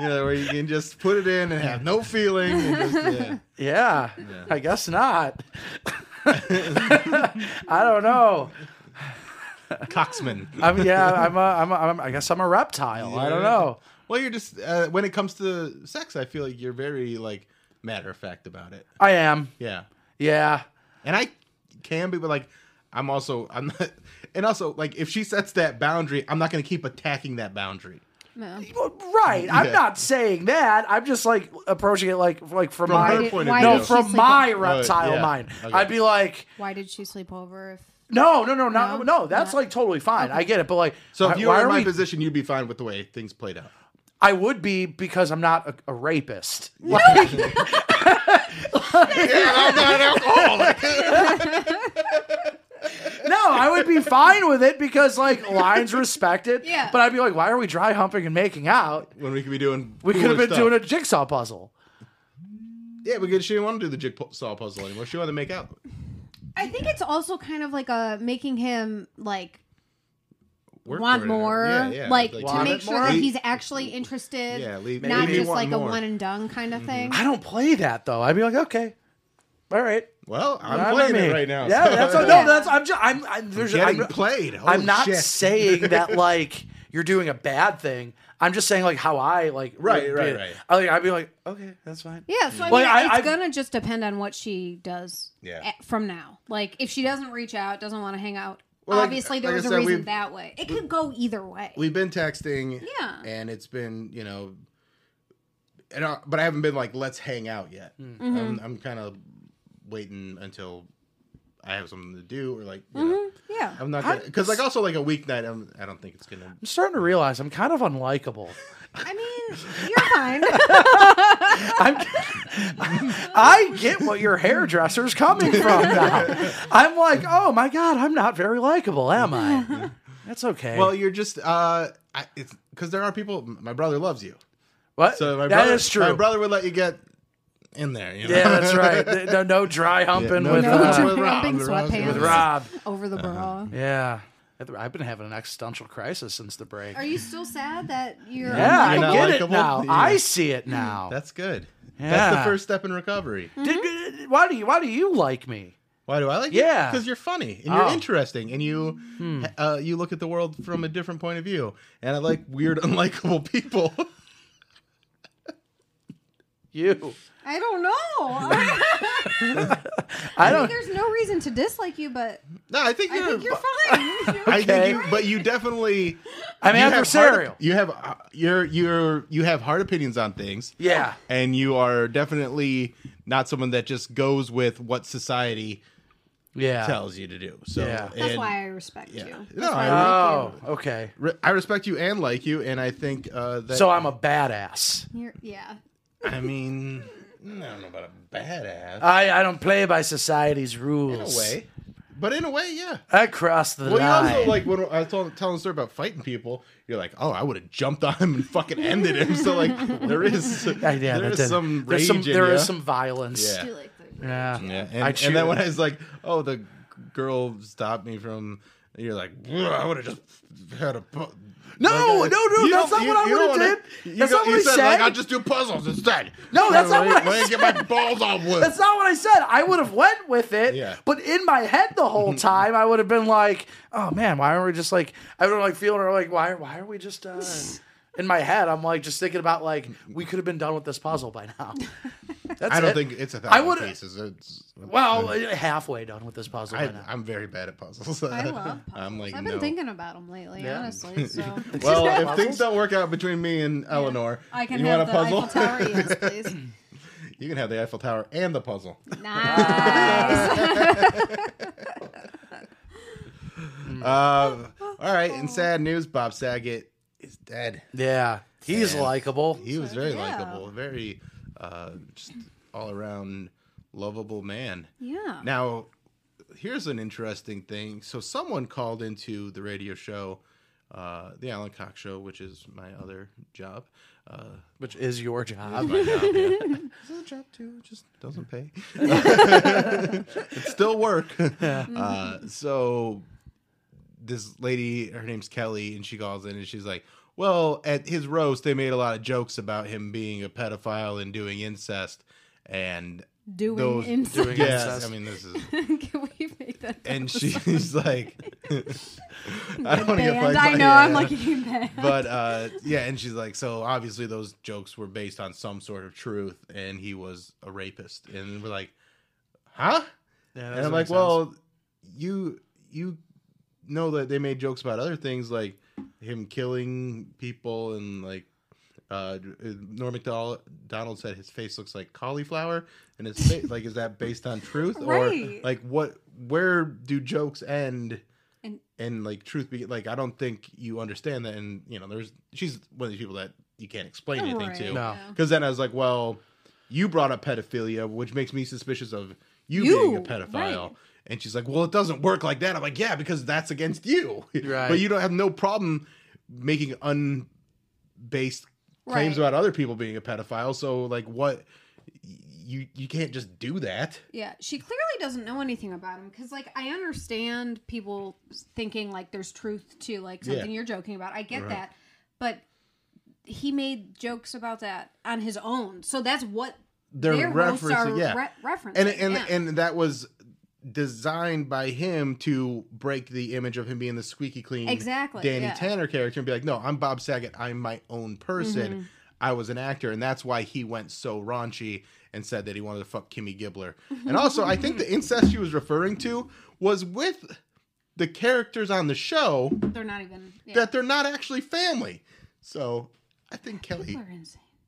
Speaker 3: you know, where you can just put it in and have no feeling and just, yeah.
Speaker 1: Yeah, I guess not. I don't know.
Speaker 3: cocksman.
Speaker 1: I'm yeah. I'm a, I'm a, I'm a, I guess I'm a reptile. I don't know.
Speaker 3: Well, you're just uh, when it comes to sex, I feel like you're very like matter of fact about it.
Speaker 1: I am.
Speaker 3: Yeah.
Speaker 1: Yeah.
Speaker 3: And I can be but like I'm also I'm not and also like if she sets that boundary, I'm not going to keep attacking that boundary.
Speaker 4: No.
Speaker 1: Well, Right. I'm
Speaker 3: Yeah.
Speaker 1: not saying that. I'm just like approaching it like like from,
Speaker 3: From
Speaker 1: my
Speaker 3: her point of
Speaker 4: Why
Speaker 3: view.
Speaker 1: no
Speaker 4: did she
Speaker 1: from
Speaker 4: sleep
Speaker 1: my
Speaker 4: on-
Speaker 1: reptile
Speaker 3: yeah.
Speaker 1: mind.
Speaker 3: Okay.
Speaker 1: I'd be like,
Speaker 4: Why did she sleep over? If
Speaker 1: no, no, no, no, no.
Speaker 4: No?
Speaker 1: that's
Speaker 4: No.
Speaker 1: like totally fine. I get it. But like,
Speaker 3: So
Speaker 1: why,
Speaker 3: if you
Speaker 1: why
Speaker 3: were in
Speaker 1: are
Speaker 3: my
Speaker 1: we-
Speaker 3: position, you'd be fine with the way things played out.
Speaker 1: I would be because I'm not a, a rapist. Like,
Speaker 3: I'm not an alcoholic.
Speaker 1: no, I would be fine with it because like lines respected.
Speaker 4: Yeah.
Speaker 1: But I'd be like, why are we dry humping and making out?
Speaker 3: when we could be doing
Speaker 1: We could have
Speaker 3: cooler
Speaker 1: been doing a
Speaker 3: stuff.
Speaker 1: jigsaw puzzle.
Speaker 3: Yeah, because she didn't want to do the jigsaw puzzle anymore. She wanted to make out.
Speaker 4: I think it's also kind of like a making him like
Speaker 3: Work
Speaker 4: want
Speaker 3: for it.
Speaker 4: more,
Speaker 3: Yeah, yeah.
Speaker 4: like, to
Speaker 1: want
Speaker 4: make
Speaker 1: it
Speaker 4: sure
Speaker 1: more?
Speaker 4: that he's actually interested,
Speaker 3: Yeah, leave-
Speaker 4: not
Speaker 3: leave me
Speaker 4: just
Speaker 3: wanting
Speaker 4: like a
Speaker 3: more. Mm-hmm.
Speaker 4: one and done kind of thing.
Speaker 1: I don't play that though. I'd be like, okay, all right.
Speaker 3: Well, I'm
Speaker 1: I'm
Speaker 3: playing
Speaker 1: in
Speaker 3: it
Speaker 1: me.
Speaker 3: right now.
Speaker 1: Yeah,
Speaker 3: so-
Speaker 1: that's what, no, that's I'm just I'm I, there's
Speaker 3: Getting
Speaker 1: I'm,
Speaker 3: played. Holy
Speaker 1: I'm not
Speaker 3: shit.
Speaker 1: saying that like you're doing a bad thing. I'm just saying like how I like
Speaker 3: Right,
Speaker 1: would
Speaker 3: right,
Speaker 1: be-
Speaker 3: right.
Speaker 1: I, I'd be like, okay, that's fine.
Speaker 4: Yeah, so I
Speaker 1: Well,
Speaker 4: mean,
Speaker 1: I-
Speaker 4: it's
Speaker 1: I-
Speaker 4: gonna just depend on what she does
Speaker 3: Yeah.
Speaker 4: at- from now. Like, if she doesn't reach out, doesn't want to hang out,
Speaker 3: Well, like-
Speaker 4: obviously there
Speaker 3: like I
Speaker 4: was a
Speaker 3: said,
Speaker 4: reason
Speaker 3: we've-
Speaker 4: that way. It could go either way.
Speaker 3: We've been texting.
Speaker 4: Yeah.
Speaker 3: And it's been, you know, and I, but I haven't been like, let's hang out yet.
Speaker 1: Hmm.
Speaker 3: I'm,
Speaker 4: Mm-hmm.
Speaker 3: I'm kind of waiting until I have something to do or like, you know,
Speaker 4: yeah.
Speaker 3: I'm not gonna because like also like a weeknight. I'm, I don't think it's gonna.
Speaker 1: I'm starting to realize I'm kind of unlikable.
Speaker 4: I mean, you're fine.
Speaker 1: I'm, I get what your hairdresser's coming from now. I'm like, oh my god, I'm not very likable, am I? That's okay.
Speaker 3: Well, you're just uh, I, it's because there are people. My brother loves you,
Speaker 1: what?
Speaker 3: so my
Speaker 1: that
Speaker 3: brother,
Speaker 1: is true.
Speaker 3: My brother would let you get in there. You know?
Speaker 1: Yeah, that's right. No, no dry humping
Speaker 3: no
Speaker 1: with,
Speaker 3: dry
Speaker 4: no,
Speaker 1: uh,
Speaker 3: with Rob,
Speaker 4: jumping
Speaker 3: with Rob,
Speaker 4: sweatpants
Speaker 3: with
Speaker 1: with Rob.
Speaker 4: over the
Speaker 3: Uh-huh.
Speaker 4: bra.
Speaker 1: Yeah. I've been having an existential crisis since the break.
Speaker 4: Are you still sad that you're?
Speaker 1: yeah, I
Speaker 3: You're not
Speaker 1: get it
Speaker 3: likable?
Speaker 1: now.
Speaker 3: Yeah.
Speaker 1: I see it now.
Speaker 3: That's good. That's the
Speaker 1: Yeah.
Speaker 3: first step in recovery.
Speaker 1: Did- why do you Why do you like me?
Speaker 3: Why do I like you?
Speaker 1: Yeah.
Speaker 3: because you're funny and you're
Speaker 1: Oh. Hmm.
Speaker 3: interesting and you uh, you look at the world from a different point of view. And I like weird, unlikable people.
Speaker 1: You.
Speaker 4: I don't know.
Speaker 1: I don't.
Speaker 4: There's no reason to dislike you, but
Speaker 3: no, I think
Speaker 4: I
Speaker 3: you're.
Speaker 4: think you're fine. You're-
Speaker 3: I think
Speaker 1: okay.
Speaker 3: you, but you definitely.
Speaker 1: I'm
Speaker 3: you have hard-
Speaker 1: adversarial.
Speaker 3: you have uh, you're you're you have hard opinions on things.
Speaker 1: Yeah.
Speaker 3: and you are definitely not someone that just goes with what society
Speaker 1: Yeah.
Speaker 3: tells you to do. So
Speaker 1: Yeah. That's
Speaker 4: That's
Speaker 3: and-
Speaker 4: why I respect you.
Speaker 3: Yeah.
Speaker 4: That's
Speaker 3: No, I-
Speaker 4: why I
Speaker 1: Oh,
Speaker 4: like
Speaker 1: okay.
Speaker 3: re- I respect you and like you, and I think uh, that.
Speaker 1: So I'm a badass.
Speaker 4: you. You're- yeah.
Speaker 3: I mean, I don't know about a badass
Speaker 1: I, I don't play by society's
Speaker 3: in a
Speaker 1: rules.
Speaker 3: way, but in a way, yeah.
Speaker 1: I cross the
Speaker 3: Well, you
Speaker 1: line.
Speaker 3: also like when I was telling, telling the story about fighting people. You're like, oh, I would have jumped on him and fucking ended him. So like, there is
Speaker 1: Yeah, yeah,
Speaker 3: there
Speaker 1: that
Speaker 3: is
Speaker 1: did-
Speaker 3: some
Speaker 1: there's
Speaker 3: rage
Speaker 1: some,
Speaker 3: in
Speaker 1: there
Speaker 3: ya.
Speaker 1: is some violence.
Speaker 4: I
Speaker 3: Yeah.
Speaker 4: do like the-
Speaker 1: Yeah.
Speaker 3: Yeah, and,
Speaker 1: I
Speaker 3: and then when
Speaker 1: cheer.
Speaker 3: I was like, "Oh, the g- girl stopped me from," you're like, "Ugh, "I would have just had a." Pu-
Speaker 1: No,
Speaker 3: like,
Speaker 1: no, no,
Speaker 3: you
Speaker 1: that's
Speaker 3: don't-
Speaker 1: not
Speaker 3: you-
Speaker 1: what I
Speaker 3: you don't
Speaker 1: would've
Speaker 3: wanna-
Speaker 1: did.
Speaker 3: you
Speaker 1: That's
Speaker 3: go-
Speaker 1: not what I
Speaker 3: you said,
Speaker 1: said.
Speaker 3: Like, I'll just do puzzles instead.
Speaker 1: No, that's not what I
Speaker 3: Let me get my balls on wood.
Speaker 1: That's not what I said. I would have went with it,
Speaker 3: Yeah.
Speaker 1: but in my head the whole time I would have been like, "Oh man, why aren't we just like?" I would have like feeling like, "Why? Why are we just?" Uh, in my head, I'm like just thinking about like we could have been done with this puzzle by now. That's
Speaker 3: I don't
Speaker 1: it.
Speaker 3: think it's a
Speaker 1: I
Speaker 3: thousand
Speaker 1: would-
Speaker 3: cases. It's,
Speaker 1: Well, halfway done with this puzzle
Speaker 3: I,
Speaker 1: by now.
Speaker 3: I'm very bad at puzzles.
Speaker 4: I love
Speaker 3: I'm like,
Speaker 4: I've been
Speaker 3: no.
Speaker 4: thinking about them lately,
Speaker 1: Yeah.
Speaker 4: honestly. So
Speaker 3: Well, if things don't work out between me and Eleanor,
Speaker 4: I can
Speaker 3: you
Speaker 4: have
Speaker 3: want a
Speaker 4: the
Speaker 3: puzzle?
Speaker 4: Eiffel Tower, yes, please.
Speaker 3: you can have the Eiffel Tower and the puzzle.
Speaker 4: Nice.
Speaker 3: Uh, all right. In sad news, Bob Saget is dead.
Speaker 1: yeah, he's
Speaker 3: Man.
Speaker 1: likable.
Speaker 3: He was very
Speaker 4: yeah.
Speaker 3: likable, very uh, just all around lovable man.
Speaker 4: yeah.
Speaker 3: Now, here's an interesting thing. So, someone called into the radio show, uh, the Alan Cox Show, which is my other job. Uh,
Speaker 1: Which is your job?
Speaker 3: my job, yeah. It's a job too. It just doesn't pay. it's still work. Uh, so this lady, her name's Kelly, and she calls in and she's like, "Well, at his roast, they made a lot of jokes about him being a pedophile and doing incest, and
Speaker 4: Doing
Speaker 3: those
Speaker 4: inside.
Speaker 1: doing-
Speaker 3: yeah,
Speaker 1: incest.
Speaker 3: I mean, this is
Speaker 4: can we make that?
Speaker 3: and she's like, I don't want to get
Speaker 4: band?
Speaker 3: fired.
Speaker 4: I know.
Speaker 3: Yeah,
Speaker 4: I'm
Speaker 3: yeah.
Speaker 4: like, you mad?
Speaker 3: But uh, yeah, and she's like, so obviously those jokes were based on some sort of truth, and he was a rapist, and we're like, huh?
Speaker 1: Yeah,
Speaker 3: And I'm like, well, you you know that they made jokes about other things like him killing people and like. Uh, Norm McDonald said his face looks like cauliflower, and his face like is that based on truth or
Speaker 4: Right.
Speaker 3: like what? Where do jokes end?
Speaker 4: And-
Speaker 3: and like truth be like I don't think you understand that, and you know there's she's one of these people that you can't explain anything
Speaker 4: Right.
Speaker 3: to.
Speaker 1: No.
Speaker 3: Because then I was like, well, you brought up pedophilia, which makes me suspicious of you,
Speaker 4: You,
Speaker 3: being a pedophile.
Speaker 4: right.
Speaker 3: And she's like, well, it doesn't work like that. I'm like, yeah, because that's against you.
Speaker 1: Right.
Speaker 3: But you don't have no problem making unbased claims
Speaker 4: Right.
Speaker 3: about other people being a pedophile. So like, what? you you can't just do that.
Speaker 4: Yeah, she clearly doesn't know anything about him because, like, I understand people thinking like there's truth to like something
Speaker 3: Yeah.
Speaker 4: you're joking about. I get that, but he made jokes about that on his own, so that's what
Speaker 3: They're
Speaker 4: their roasts
Speaker 3: referencing,
Speaker 4: are
Speaker 3: yeah.
Speaker 4: re- referencing.
Speaker 3: And and
Speaker 4: yeah.
Speaker 3: and that was designed by him to break the image of him being the squeaky clean
Speaker 4: Exactly,
Speaker 3: Danny
Speaker 4: yeah.
Speaker 3: Tanner character and be like, "No, I'm Bob Saget. I'm my own person.
Speaker 4: Mm-hmm.
Speaker 3: I was an actor." And that's why he went so raunchy and said that he wanted to fuck Kimmy Gibbler. And also, I think the incest she was referring to was with the characters on the show
Speaker 4: they're not even. Yeah.
Speaker 3: that they're not actually family. So, I think Kelly
Speaker 4: People are insane.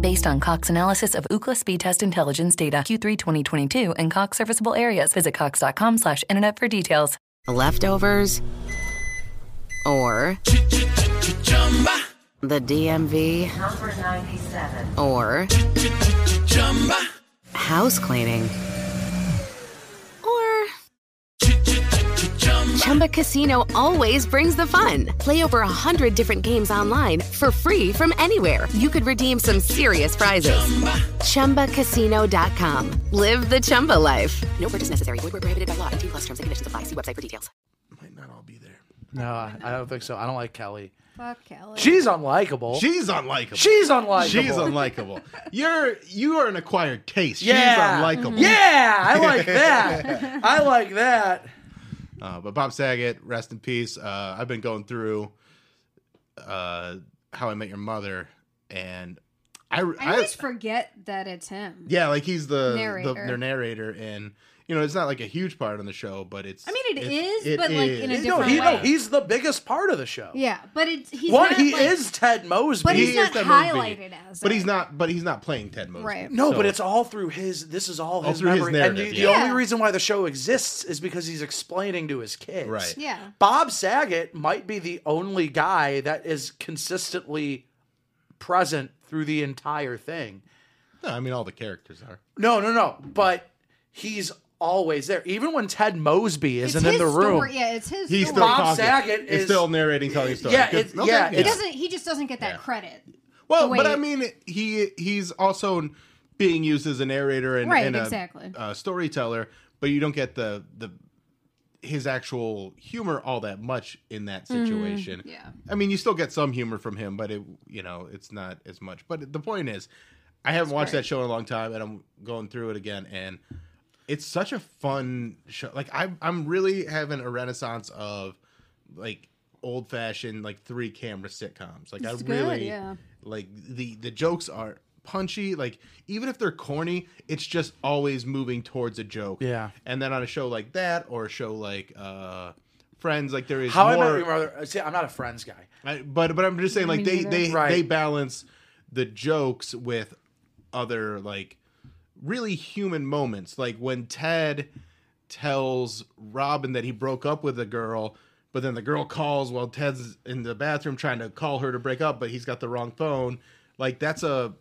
Speaker 5: Based on Cox analysis of Ookla speed test intelligence data Q3 2022 and Cox serviceable areas, visit cox.com/internet slash internet for details.
Speaker 6: leftovers, or the DMV, or house cleaning, or Chumba Casino always brings the fun. Play over a hundred different games online for free from anywhere. You could redeem some serious prizes. ChumbaCasino.com. Live the Chumba life. No purchase necessary. Void were prohibited by law. T plus terms and conditions apply. See website for details.
Speaker 3: might not all be there.
Speaker 1: No, I I don't think so. I don't like Kelly.
Speaker 4: Fuck Kelly.
Speaker 1: She's unlikable.
Speaker 3: She's unlikable.
Speaker 1: She's unlikable.
Speaker 3: She's unlikable. You're you are an acquired taste.
Speaker 1: Yeah.
Speaker 3: She's
Speaker 4: Mm-hmm.
Speaker 3: unlikable.
Speaker 1: Yeah, I like that. I like that.
Speaker 3: Uh, but Bob Saget, rest in peace. Uh, I've been going through uh, How I Met Your Mother, and I,
Speaker 4: I
Speaker 3: I,
Speaker 4: always forget that it's him.
Speaker 3: yeah, like he's the narrator. the
Speaker 4: Narrator.
Speaker 3: their narrator, and you know it's not like a huge part on the show, but it's.
Speaker 4: I mean, it
Speaker 3: it's-
Speaker 4: is, but, like, in a
Speaker 1: No,
Speaker 4: different
Speaker 1: he, no,
Speaker 4: way.
Speaker 1: he's the biggest part of the show.
Speaker 4: Yeah, but it's he's
Speaker 1: One,
Speaker 4: not,
Speaker 1: he
Speaker 4: like-
Speaker 1: is Ted Mosby.
Speaker 4: but he's
Speaker 3: is
Speaker 4: not
Speaker 3: that
Speaker 4: highlighted
Speaker 3: movie.
Speaker 4: as
Speaker 3: But
Speaker 4: it.
Speaker 3: he's not. But he's not playing Ted Mosby.
Speaker 4: Right.
Speaker 1: No,
Speaker 3: So-
Speaker 1: but it's all through his. This is all his
Speaker 3: through his
Speaker 1: memory. and the,
Speaker 3: narrative,
Speaker 1: the
Speaker 3: yeah.
Speaker 4: Yeah.
Speaker 1: only reason why the show exists is because he's explaining to his kids.
Speaker 3: Right.
Speaker 4: Yeah.
Speaker 1: Bob Saget might be the only guy that is consistently present through the entire thing.
Speaker 3: No, I mean all the characters are.
Speaker 1: No, no, no. But he's always there. Even when Ted Mosby
Speaker 4: It's
Speaker 1: isn't in
Speaker 4: his
Speaker 1: the room.
Speaker 4: Story. Yeah, it's his.
Speaker 3: He's
Speaker 4: story.
Speaker 3: still
Speaker 1: Bob
Speaker 3: talking.
Speaker 1: Saget
Speaker 3: is
Speaker 1: is-
Speaker 3: still narrating, telling stories.
Speaker 1: Yeah,
Speaker 3: Good.
Speaker 1: it's- yeah,
Speaker 4: He
Speaker 1: it's-
Speaker 4: doesn't. He just doesn't get that credit.
Speaker 3: Well,
Speaker 4: the
Speaker 3: but
Speaker 4: way-
Speaker 3: I mean, he he's also being used as a narrator and,
Speaker 4: Right,
Speaker 3: and a,
Speaker 4: exactly.
Speaker 3: uh, storyteller, but you don't get the the his actual humor all that much in that situation.
Speaker 4: Mm-hmm. yeah.
Speaker 3: I mean, you still get some humor from him, but it you know it's not as much. But the point is, I haven't watched that show in a long time, and I'm going through it again, and it's such a fun show. Like I, I'm really having a renaissance of like old fashioned like three camera sitcoms. Like
Speaker 4: It's
Speaker 3: I
Speaker 4: good,
Speaker 3: really
Speaker 4: yeah.
Speaker 3: like the the jokes are punchy. Like even if they're corny, it's just always moving towards a joke.
Speaker 1: Yeah.
Speaker 3: And then on a show like that, or a show like uh Friends, like there is
Speaker 1: How I
Speaker 3: more.
Speaker 1: Met Your Mother. uh, See, I'm not a Friends guy.
Speaker 3: I, but but I'm just saying, like they they
Speaker 1: Right.
Speaker 3: they balance the jokes with other like really human moments, like when Ted tells Robin that he broke up with a girl, but then the girl calls while Ted's in the bathroom trying to call her to break up, but he's got the wrong phone. Like that's a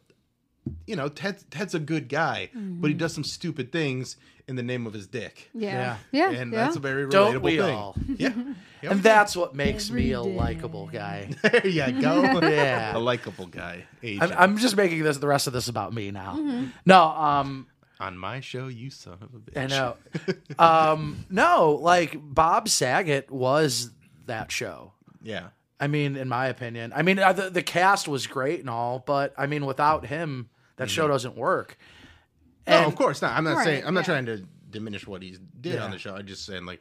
Speaker 3: you know Ted Ted's a good guy, but he does some stupid things in the name of his dick.
Speaker 4: Yeah. Yeah.
Speaker 1: Mm-hmm. Yeah.
Speaker 3: and that's a very relatable
Speaker 1: Don't we
Speaker 3: thing.
Speaker 1: all?
Speaker 3: Yeah,
Speaker 1: And that's what makes me a likable guy.
Speaker 3: there you go.
Speaker 1: Yeah.
Speaker 3: a likable guy.
Speaker 1: I'm,
Speaker 3: Agent.
Speaker 1: I'm just making this the rest of this about me now.
Speaker 3: Mm-hmm.
Speaker 1: No, um,
Speaker 3: on my show, you son of a bitch.
Speaker 1: I know. um, no, like Bob Saget was that show.
Speaker 3: Yeah.
Speaker 1: I mean, in my opinion, I mean uh, the, the cast was great and all, but I mean, without him, that
Speaker 3: Mm-hmm.
Speaker 1: show doesn't work.
Speaker 3: No,
Speaker 1: And-
Speaker 3: of course not. I'm not
Speaker 4: Right,
Speaker 3: saying I'm not
Speaker 4: yeah.
Speaker 3: trying to diminish what he's did on the show. I'm just saying like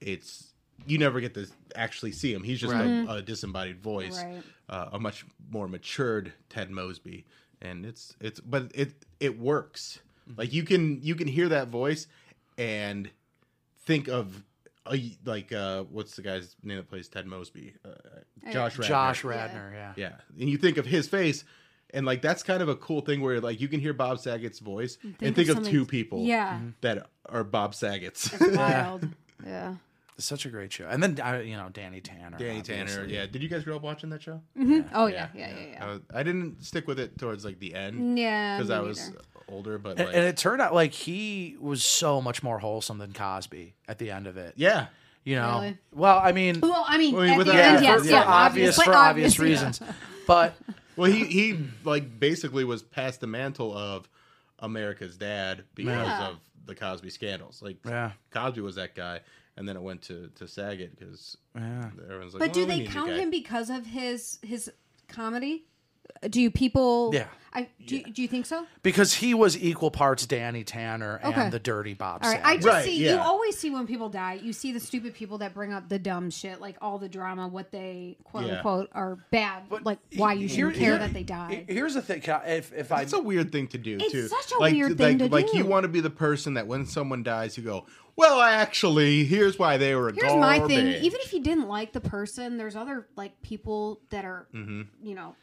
Speaker 3: it's you never get to actually see him. He's just a, a disembodied voice,
Speaker 4: Right.
Speaker 3: uh, a much more matured Ted Mosby, and it's it's but it it works. Like you can you can hear that voice and think of a, like uh what's the guy's name that plays Ted Mosby? Uh, Josh Radnor.
Speaker 1: Josh Radner, yeah.
Speaker 3: Yeah, and you think of his face, and like that's kind of a cool thing where like you can hear Bob Saget's voice and think of,
Speaker 4: something-
Speaker 1: Mm-hmm.
Speaker 3: two people
Speaker 4: Yeah.
Speaker 3: that are Bob Saget's.
Speaker 4: Wild. Yeah.
Speaker 1: It's such a great show. And then I, you know Danny Tanner.
Speaker 3: Danny Tanner.
Speaker 1: obviously.
Speaker 3: Yeah. Did you guys grow up watching that show?
Speaker 4: Oh yeah, yeah, yeah, yeah.
Speaker 3: I, was, I didn't stick with it towards like the end
Speaker 4: Yeah,
Speaker 3: because
Speaker 4: me
Speaker 3: I was
Speaker 4: neither.
Speaker 3: older, but
Speaker 1: And,
Speaker 3: like,
Speaker 1: and it turned out like he was so much more wholesome than Cosby at the end of it.
Speaker 3: yeah.
Speaker 1: You know.
Speaker 4: Really?
Speaker 1: Well, I mean,
Speaker 4: Well, I mean,
Speaker 3: Well,
Speaker 4: at
Speaker 3: without-
Speaker 4: the end,
Speaker 3: Yeah,
Speaker 4: yes,
Speaker 1: for,
Speaker 4: yeah,
Speaker 1: for obvious
Speaker 4: but
Speaker 1: for obvious
Speaker 4: yeah.
Speaker 1: reasons, but
Speaker 3: Well, he he like basically was past the mantle of America's dad because
Speaker 4: Yeah.
Speaker 3: of the Cosby scandals. Like
Speaker 1: Yeah.
Speaker 3: Cosby was that guy, and then it went to to Saget because everyone's like.
Speaker 4: But
Speaker 3: "Well,
Speaker 4: do
Speaker 3: we
Speaker 4: they
Speaker 3: need a
Speaker 4: count
Speaker 3: guy."
Speaker 4: him because of his his comedy? Do you people?
Speaker 1: Yeah.
Speaker 4: I do. Do you think so?
Speaker 1: because he was equal parts Danny Tanner and
Speaker 4: Okay.
Speaker 1: the Dirty Bob.
Speaker 4: All right, I
Speaker 1: Saget.
Speaker 4: just
Speaker 3: Right,
Speaker 4: see you
Speaker 3: yeah.
Speaker 4: always see when people die. You see the stupid people that bring up the dumb shit, like all the drama, what they quote
Speaker 3: Yeah.
Speaker 4: unquote are bad,
Speaker 1: But
Speaker 4: like why you
Speaker 1: here-
Speaker 4: shouldn't care
Speaker 1: here-
Speaker 4: that they die.
Speaker 1: Here's the thing, Ca- if if I
Speaker 3: That's a weird thing to do
Speaker 4: It's
Speaker 3: too.
Speaker 4: such a
Speaker 3: like, like,
Speaker 4: weird thing to
Speaker 3: like
Speaker 4: do.
Speaker 3: you want to be the person that when someone dies, you go, "Well, actually, here's why they were."
Speaker 4: Here's my thing:
Speaker 3: garbage."
Speaker 4: even if you didn't like the person, there's other like people that are,
Speaker 1: Mm-hmm.
Speaker 4: you know,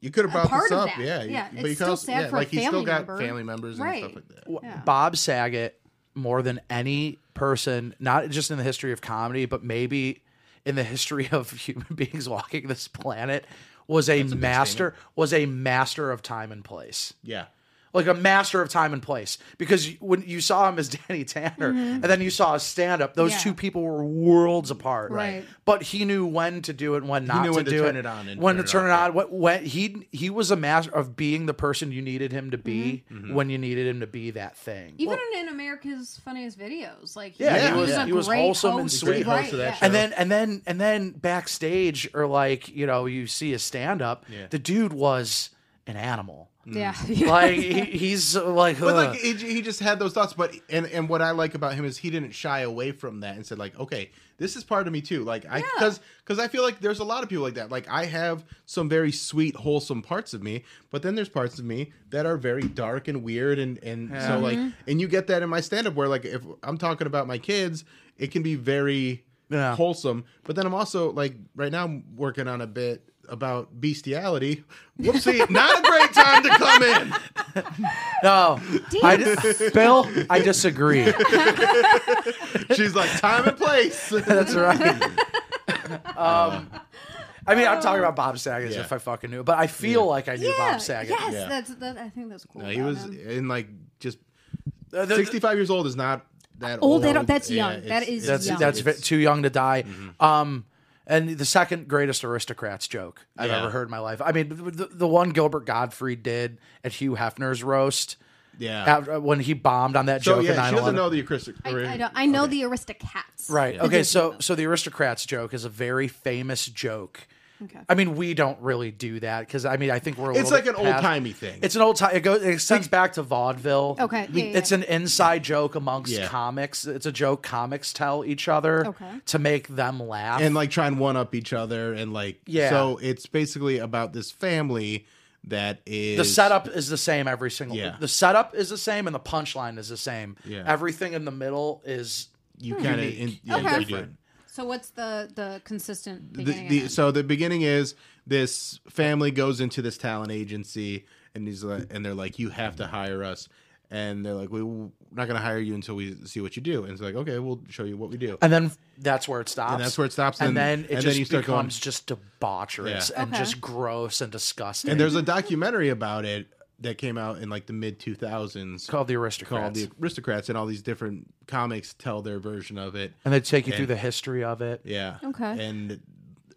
Speaker 3: you could have
Speaker 4: a
Speaker 3: brought
Speaker 4: part
Speaker 3: this
Speaker 4: of
Speaker 3: up,
Speaker 4: that.
Speaker 3: yeah. you-
Speaker 4: Yeah, it's
Speaker 3: but you could
Speaker 4: still
Speaker 3: also,
Speaker 4: sad
Speaker 3: yeah,
Speaker 4: for a
Speaker 3: like he's still
Speaker 4: family
Speaker 3: got
Speaker 4: member.
Speaker 3: family members and
Speaker 4: Right.
Speaker 3: stuff like that.
Speaker 1: w- Bob Saget more than any person, not just in the history of comedy, but maybe in the history of human beings walking this planet, was a master was a master of time and place.
Speaker 3: Yeah,
Speaker 1: Like a master of time and place, because you- when you saw him as Danny Tanner, and then you saw his stand up, those
Speaker 4: Mm-hmm. Yeah.
Speaker 1: two people were worlds apart.
Speaker 4: Right.
Speaker 1: But he knew when to do it, and when not
Speaker 3: knew
Speaker 1: to
Speaker 3: when to
Speaker 1: do
Speaker 3: turn
Speaker 1: it,
Speaker 3: it on and
Speaker 1: when
Speaker 3: turn
Speaker 1: to
Speaker 3: it
Speaker 1: turn it
Speaker 3: off, yeah.
Speaker 1: on. What when he he was a master of being the person you needed him to be
Speaker 3: Mm-hmm.
Speaker 1: when you needed him to be that thing.
Speaker 4: Mm-hmm. even in, America's Funniest Videos, like
Speaker 1: Yeah,
Speaker 3: he was-
Speaker 4: a
Speaker 1: he was
Speaker 4: great
Speaker 1: wholesome and
Speaker 4: host,
Speaker 1: sweet.
Speaker 4: right,
Speaker 3: Host of that
Speaker 4: yeah.
Speaker 3: show.
Speaker 1: and then and then and then backstage or like you know you see a stand up the dude was an animal
Speaker 3: Mm.
Speaker 4: Yeah,
Speaker 1: like he, he's uh, like,
Speaker 3: But
Speaker 1: ugh.
Speaker 3: like he, he just had those thoughts. But and and what I like about him is he didn't shy away from that and said like, okay, this is part of me too. Like I because because I feel like there's a lot of people like that. Like I have some very sweet, wholesome parts of me, but then there's parts of me that are very dark and weird. And and so like and you get that in my stand up where like if I'm talking about my kids, it can be very
Speaker 1: Yeah.
Speaker 3: wholesome. But then I'm also like right now I'm working on a bit about bestiality. Whoopsie, not a great time to come in.
Speaker 1: no I di- Bill I disagree
Speaker 3: She's like, time and place.
Speaker 1: that's right um I mean I'm talking about Bob Saget as
Speaker 3: Yeah.
Speaker 1: if I fucking knew but I feel like I knew Bob Saget
Speaker 4: Yes,
Speaker 3: Yeah.
Speaker 4: that's that, I think that's cool.
Speaker 3: he
Speaker 4: about
Speaker 3: was
Speaker 4: him.
Speaker 3: in like just
Speaker 1: Uh, the-
Speaker 3: 65 years old is not that
Speaker 4: Old,
Speaker 3: old.
Speaker 4: they don't- that's young.
Speaker 3: it's-
Speaker 4: That is
Speaker 1: that's
Speaker 4: young.
Speaker 1: that's
Speaker 3: it's-
Speaker 1: ve- too young to die.
Speaker 3: Mm-hmm.
Speaker 1: Um, and the second greatest aristocrats joke I've
Speaker 3: Yeah.
Speaker 1: ever heard in my life. I mean, the, the, the one Gilbert Gottfried did at Hugh Hefner's roast.
Speaker 3: Yeah.
Speaker 1: after- when he bombed on that
Speaker 3: So
Speaker 1: joke. in
Speaker 3: yeah, she
Speaker 1: 9/11.
Speaker 3: doesn't know the Eucharistic.
Speaker 4: I, I don't. I know the Aristocats.
Speaker 1: Right. Okay. So so the aristocrats joke is a very famous joke. Okay. I mean, we don't really do that because I mean, I think we're. A
Speaker 3: It's
Speaker 1: little
Speaker 3: like
Speaker 1: bit
Speaker 3: an
Speaker 1: past-
Speaker 3: old-timey thing.
Speaker 1: It's an old time. It goes. It extends back to vaudeville.
Speaker 4: Okay, yeah, yeah,
Speaker 1: It's an inside joke amongst
Speaker 3: Yeah.
Speaker 1: comics. It's a joke comics tell each other
Speaker 4: Okay.
Speaker 1: to make them laugh.
Speaker 3: and like try and one up each other and like
Speaker 1: Yeah.
Speaker 3: So it's basically about this family that is
Speaker 1: the setup is the same every single.
Speaker 3: Yeah.
Speaker 1: The setup is the same and the punchline is the same.
Speaker 3: Yeah.
Speaker 1: Everything in the middle is
Speaker 3: You kind of
Speaker 1: Unique.
Speaker 4: Okay.
Speaker 3: different.
Speaker 4: So what's the the consistent beginning?
Speaker 3: the,
Speaker 4: and
Speaker 3: the,
Speaker 4: end?
Speaker 3: so the beginning is this family goes into this talent agency and he's like, and they're like you have to hire us and they're like we, we're not going to hire you until we see what you do and it's like okay we'll show you what we do
Speaker 1: And then that's where it stops.
Speaker 3: And that's where it stops,
Speaker 1: And,
Speaker 3: and-
Speaker 1: then it
Speaker 3: and then
Speaker 1: just
Speaker 3: you start going-
Speaker 1: becomes just debaucherous
Speaker 3: Yeah.
Speaker 1: and
Speaker 4: Okay.
Speaker 1: just gross and disgusting.
Speaker 3: and there's a documentary about it that came out in like the mid 2000s
Speaker 1: called the aristocrats.
Speaker 3: called the aristocrats and all these different comics tell their version of it
Speaker 1: and they take you through
Speaker 3: and-
Speaker 1: the history of it.
Speaker 3: Yeah.
Speaker 4: Okay.
Speaker 3: And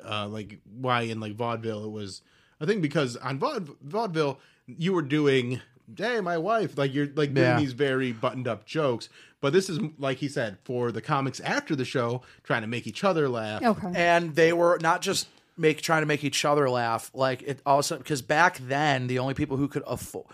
Speaker 3: uh, like why in like vaudeville it was I think because on vaude- vaudeville you were doing hey my wife like you're like doing
Speaker 1: Yeah.
Speaker 3: these very buttoned up jokes but this is like he said for the comics after the show trying to make each other laugh.
Speaker 1: Oh,
Speaker 4: okay.
Speaker 1: And they were not just make trying to make each other laugh, like it also because back then the only people who could afford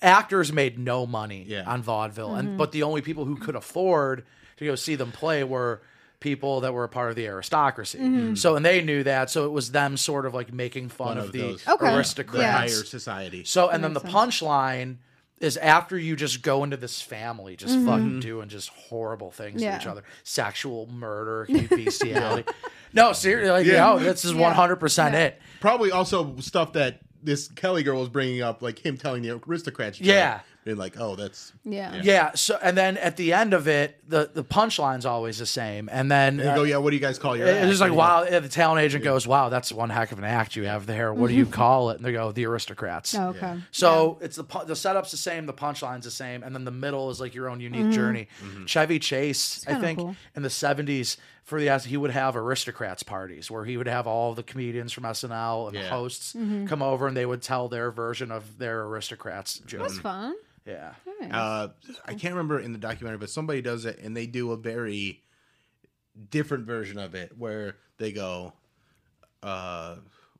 Speaker 1: actors made no money
Speaker 3: Yeah.
Speaker 1: on vaudeville,
Speaker 4: Mm-hmm.
Speaker 1: and but the only people who could afford to go see them play were people that were a part of the aristocracy.
Speaker 4: Mm-hmm.
Speaker 1: So and they knew that, so it was them sort of like making fun
Speaker 3: One
Speaker 1: of,
Speaker 3: of
Speaker 1: the
Speaker 3: those
Speaker 4: Okay.
Speaker 3: The
Speaker 4: Yeah.
Speaker 3: higher
Speaker 1: aristocrats.
Speaker 3: society.
Speaker 1: So, and then the punchline is after you just go into this family, just fucking doing just horrible things
Speaker 4: Yeah.
Speaker 1: to each other, sexual murder, bestiality. no, seriously, like,
Speaker 3: Yeah.
Speaker 1: no, this is one hundred percent it.
Speaker 3: Probably also stuff that this Kelly girl was bringing up, like him telling the aristocrats. joke,
Speaker 1: Yeah.
Speaker 3: You're like, oh, that's
Speaker 4: Yeah.
Speaker 1: Yeah. So and then at the end of it, the the punchline's always the same. And then
Speaker 3: They
Speaker 1: uh,
Speaker 3: go, "Oh, yeah. What do you guys call your?
Speaker 1: it's
Speaker 3: act?
Speaker 1: just like
Speaker 3: And you
Speaker 1: wow. yeah, the talent agent goes, wow, that's one heck of an act you have there. What do you call it? And they go, the aristocrats.
Speaker 4: Oh, okay.
Speaker 1: So it's the pu- the setup's the same, the punchline's the same, and then the middle is like your own unique journey.
Speaker 3: Mm-hmm.
Speaker 1: Chevy Chase, I
Speaker 4: Mm-hmm. kinda
Speaker 1: think,
Speaker 4: cool.
Speaker 1: in the seventies for the he would have aristocrats parties where he would have all the comedians from SNL and
Speaker 3: Yeah.
Speaker 1: hosts
Speaker 4: Mm-hmm.
Speaker 1: come over and they would tell their version of their aristocrats jokes.
Speaker 4: That's
Speaker 3: Mm.
Speaker 4: fun.
Speaker 1: Yeah,
Speaker 4: Nice.
Speaker 3: uh, I can't remember in the documentary, but somebody does it, and they do a very different version of it where they go, uh,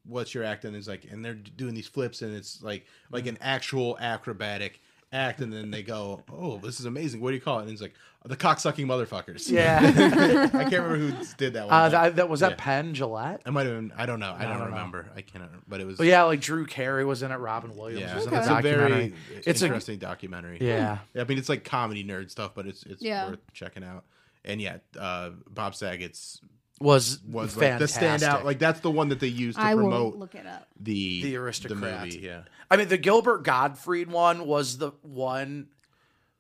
Speaker 3: "What's your act?" And it's like, and they're doing these flips, and it's like like an actual acrobatic act, and then they go, "Oh, this is amazing! What do you call it?" And it's like the cocksucking motherfuckers.
Speaker 1: yeah.
Speaker 3: I can't remember who did that one.
Speaker 1: uh,
Speaker 3: but
Speaker 1: that, that was that Penn Gillette.
Speaker 3: I might have been. I don't know. I don't, remember. I cannot. But it was.
Speaker 1: But yeah, like Drew Carey was in it. Robin Williams
Speaker 3: yeah.
Speaker 1: was in
Speaker 3: It's
Speaker 1: the
Speaker 3: a very
Speaker 1: documentary. it's a
Speaker 3: interesting documentary.
Speaker 1: yeah.
Speaker 3: I mean, it's like comedy nerd stuff, but it's it's
Speaker 4: Yeah.
Speaker 3: worth checking out. And yeah, uh, Bob Saget's
Speaker 1: Was
Speaker 3: was like the
Speaker 1: fantastic.
Speaker 3: standout. Like that's the one that they used to
Speaker 4: I will
Speaker 3: promote
Speaker 4: look it up.
Speaker 3: the
Speaker 1: The Aristocrat.
Speaker 3: movie. Yeah,
Speaker 1: I mean, the Gilbert Gottfried one was the one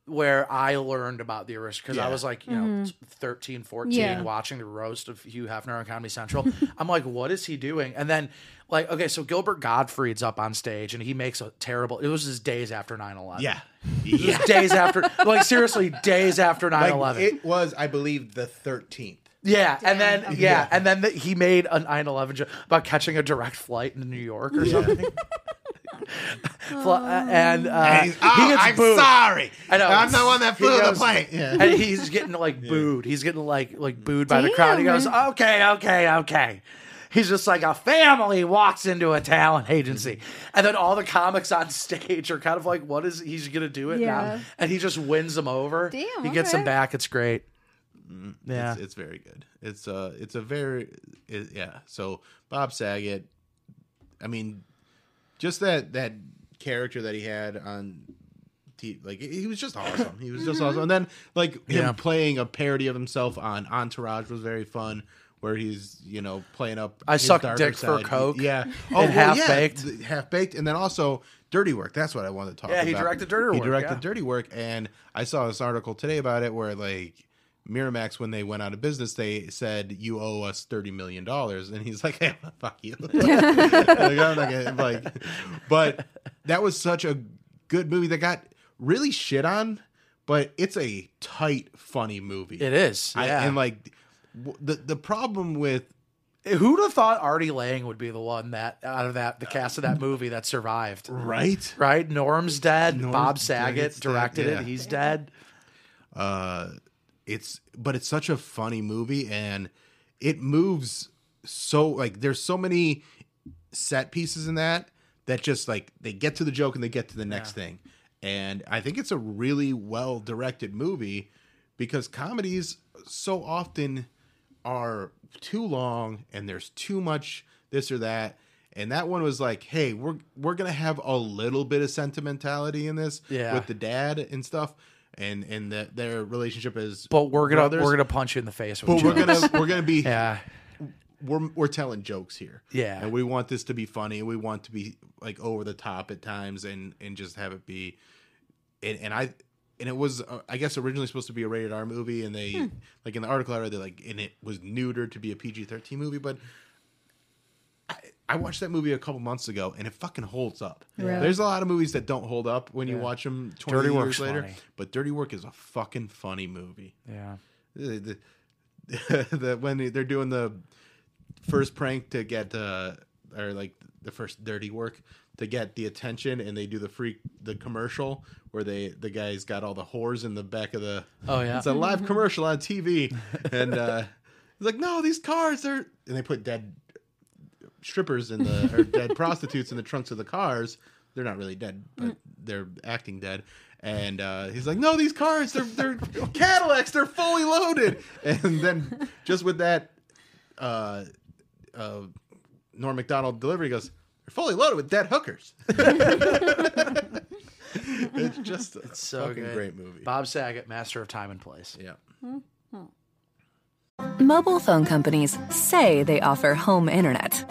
Speaker 1: where I learned about the aristocrat because I
Speaker 3: Yeah.
Speaker 1: was like, you know, 13, 14,
Speaker 4: Yeah.
Speaker 1: watching the roast of Hugh Hefner on Comedy Central. I'm like, what is he doing? And then, like, okay, so Gilbert Gottfried's up on stage and he makes a terrible, it was his days after 9 11.
Speaker 3: yeah,
Speaker 1: It was days after, like, seriously, days after 9
Speaker 3: Like,
Speaker 1: 11.
Speaker 3: It was, I believe, the thirteenth.
Speaker 1: Yeah, and then yeah, and then the, he made a 9/11 joke about catching a direct flight in New York or something. Fl- uh, and uh,
Speaker 3: oh, I'm sorry.
Speaker 1: I know.
Speaker 3: I'm the one that
Speaker 1: He
Speaker 3: flew the
Speaker 1: goes-
Speaker 3: plane. Yeah.
Speaker 1: And he's getting like booed. He's getting like like booed by the crowd. He
Speaker 4: Damn.
Speaker 1: goes, "Okay, okay, okay." He's just like a family walks into a talent agency,
Speaker 3: Mm-hmm.
Speaker 1: and then all the comics on stage are kind of like, "What is he's gonna do it
Speaker 4: Yeah.
Speaker 1: now?" And he just wins them over.
Speaker 4: Damn,
Speaker 1: he gets them
Speaker 4: okay.
Speaker 1: back. It's great. Mm, Yeah,
Speaker 3: It's, it's very good. It's uh it's a very it, yeah. So Bob Saget, I mean, just that that character that he had on, T, like he was just awesome. He was just awesome. And then like him
Speaker 1: Mm-hmm. Yeah.
Speaker 3: playing a parody of himself on Entourage was very fun. Where he's you know playing up.
Speaker 1: I
Speaker 3: his
Speaker 1: suck
Speaker 3: darker
Speaker 1: dick for
Speaker 3: side.
Speaker 1: Coke
Speaker 3: Yeah.
Speaker 1: Half Baked.
Speaker 3: Half baked, and then also Dirty Work. That's what I wanted to talk.
Speaker 1: Yeah, he
Speaker 3: about.
Speaker 1: directed Dirty Work,
Speaker 3: He directed
Speaker 1: yeah.
Speaker 3: Dirty Work, and I saw this article today about it where like Miramax, when they went out of business, they said you owe us thirty million dollars, and he's like, "Hey, fuck you." like, I'm not gonna- like- but that was such a good movie that got really shit on, but it's a tight, funny movie.
Speaker 1: it is.
Speaker 3: I-
Speaker 1: Yeah.
Speaker 3: and like w- the the problem with
Speaker 1: Who'd have thought Artie Lang would be the one that out of that the cast of that movie that survived?
Speaker 3: right
Speaker 1: Right? Norm's dead.
Speaker 3: Norm's
Speaker 1: Bob
Speaker 3: dead,
Speaker 1: Saget
Speaker 3: it's dead,
Speaker 1: directed
Speaker 3: yeah.
Speaker 1: it. He's dead.
Speaker 3: uh it's but it's such a funny movie and it moves so like there's so many set pieces in that that just like they get to the joke and they get to the next thing and i think it's a really well directed movie because comedies so often are too long and there's too much this or that and that one was like hey we're we're gonna have a little bit of sentimentality in this
Speaker 1: Yeah.
Speaker 3: with the dad and stuff and and the, their relationship is
Speaker 1: But we're gonna
Speaker 3: brothers.
Speaker 1: we're gonna punch you in the face. With
Speaker 3: but we're
Speaker 1: jokes.
Speaker 3: gonna we're gonna be
Speaker 1: yeah.
Speaker 3: we're we're telling jokes here.
Speaker 1: Yeah.
Speaker 3: And we want this to be funny and we want to be like over the top at times and and just have it be and, and I and it was uh, I guess originally supposed to be a rated R movie and they
Speaker 1: Hmm.
Speaker 3: like in the article I read they like and it was neutered to be a PG-13 movie but I, I watched that movie a couple months ago and it fucking holds up.
Speaker 4: Really?
Speaker 3: There's a lot of movies that don't hold up when you watch them 20
Speaker 1: Dirty
Speaker 3: years
Speaker 1: Work's
Speaker 3: later,
Speaker 1: funny.
Speaker 3: but Dirty Work is a fucking funny movie
Speaker 1: Yeah.
Speaker 3: the, the, the when they're doing the first prank to get uh or like the first dirty work to get the attention and they do the freak the commercial where they the guy's got all the whores in the back of the
Speaker 1: Oh, yeah.
Speaker 3: it's a live commercial on tv and uh it's like no these cars they're and they put dead strippers in the or dead prostitutes in the trunks of the cars. They're not really dead,
Speaker 1: Mm.
Speaker 3: but they're acting dead. And uh, he's like, "No, these cars, they're they're Cadillacs, they're fully loaded." And then just with that, uh, uh, Norm Macdonald delivery goes, "They're fully loaded with dead hookers." it's just a
Speaker 1: So
Speaker 3: fucking
Speaker 1: good.
Speaker 3: great movie.
Speaker 1: Bob Saget, master of time and place.
Speaker 3: Yeah.
Speaker 5: Mobile phone companies say they offer home internet.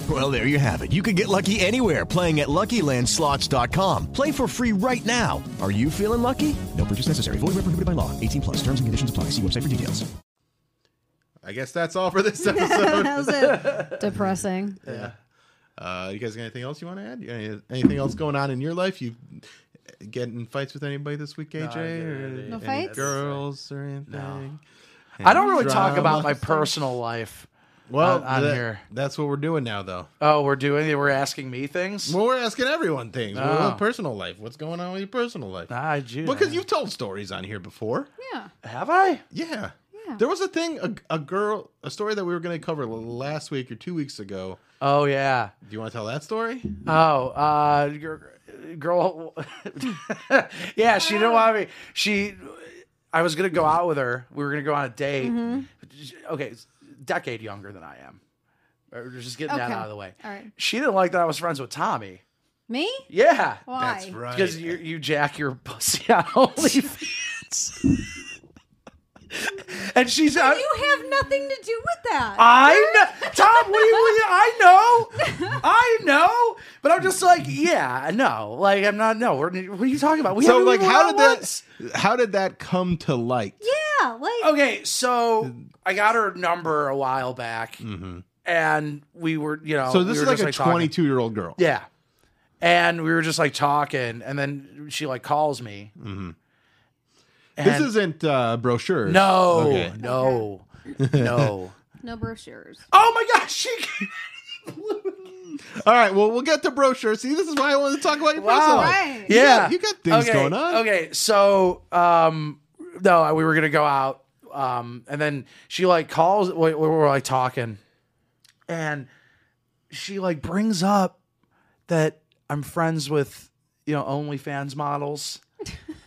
Speaker 7: Well, there you have it. You can get lucky anywhere playing at LuckyLandSlots.com. Play for free right now. Are you feeling lucky? No purchase necessary. Void where prohibited by law. 18 plus. Terms and conditions apply. See website for details.
Speaker 3: I guess that's all for this episode.
Speaker 4: How's it? Depressing.
Speaker 3: uh, you guys got anything else you want to add? You- any- Anything else going on in your life? You getting in fights with anybody this week, AJ? or
Speaker 4: No
Speaker 3: any
Speaker 4: fights?
Speaker 3: Girls or anything?
Speaker 1: I don't really talk
Speaker 3: Drama.
Speaker 1: about my personal life.
Speaker 3: Well,
Speaker 1: On- on
Speaker 3: that-
Speaker 1: here.
Speaker 3: that's what we're doing now, though.
Speaker 1: Oh, we're doing They were asking me things.
Speaker 3: Well, we're asking everyone things. Well,
Speaker 1: Oh.
Speaker 3: what personal life. What's going on with your personal life?
Speaker 1: Ah, Judah.
Speaker 3: because you've told stories on here before.
Speaker 4: Yeah.
Speaker 1: have I?
Speaker 3: Yeah. There was a thing, a, a girl, a story that we were going to cover last week or two weeks ago.
Speaker 1: Oh yeah.
Speaker 3: Do you want to tell that story?
Speaker 1: Oh, uh, gir- girl. yeah, she didn't want me. She, I was gonna go out with her. We were gonna go on a date.
Speaker 4: Mm-hmm.
Speaker 1: Okay, decade younger than I am. Or Just getting that
Speaker 4: Okay.
Speaker 1: out of the way.
Speaker 4: All right.
Speaker 1: She didn't like that I was friends with Tommy.
Speaker 4: Me?
Speaker 1: Yeah,
Speaker 4: Why?
Speaker 3: That's right.
Speaker 1: because you you jack your pussy on OnlyFans. and she's uh, I,
Speaker 4: You have nothing to do with that.
Speaker 1: I know, Tom. What do you? what do you- I know, I know. But I'm just like, yeah, no. Like, I'm not. No, we're, what are you talking about? We
Speaker 3: so,
Speaker 1: haven't
Speaker 3: like,
Speaker 1: even
Speaker 3: how
Speaker 1: went
Speaker 3: did
Speaker 1: out
Speaker 3: that?
Speaker 1: once.
Speaker 3: How did that come to light?
Speaker 4: yeah. Like.
Speaker 3: Oh.
Speaker 1: Okay, so I got her number a while back, and we were, you know,
Speaker 3: Mm-hmm. So
Speaker 1: we
Speaker 3: this
Speaker 1: were
Speaker 3: is like
Speaker 1: just,
Speaker 3: a
Speaker 1: talking.
Speaker 3: 22 year old girl.
Speaker 1: Yeah. And we were just like talking, and then she like calls me.
Speaker 3: Mm-hmm. This
Speaker 1: And-
Speaker 3: isn't uh, brochure.
Speaker 1: No,
Speaker 3: Okay.
Speaker 1: no, no.
Speaker 4: No brochures.
Speaker 1: Oh my gosh, she.
Speaker 3: All right. Well, we'll get to brochure. See, this is why I wanted to talk about your personal life.
Speaker 4: Right.
Speaker 1: Yeah,
Speaker 3: you got things
Speaker 1: okay.
Speaker 3: going on.
Speaker 1: Okay, so um, no, we were gonna go out, um, and then she like calls. We, we were like talking, and she like brings up that I'm friends with you know OnlyFans models.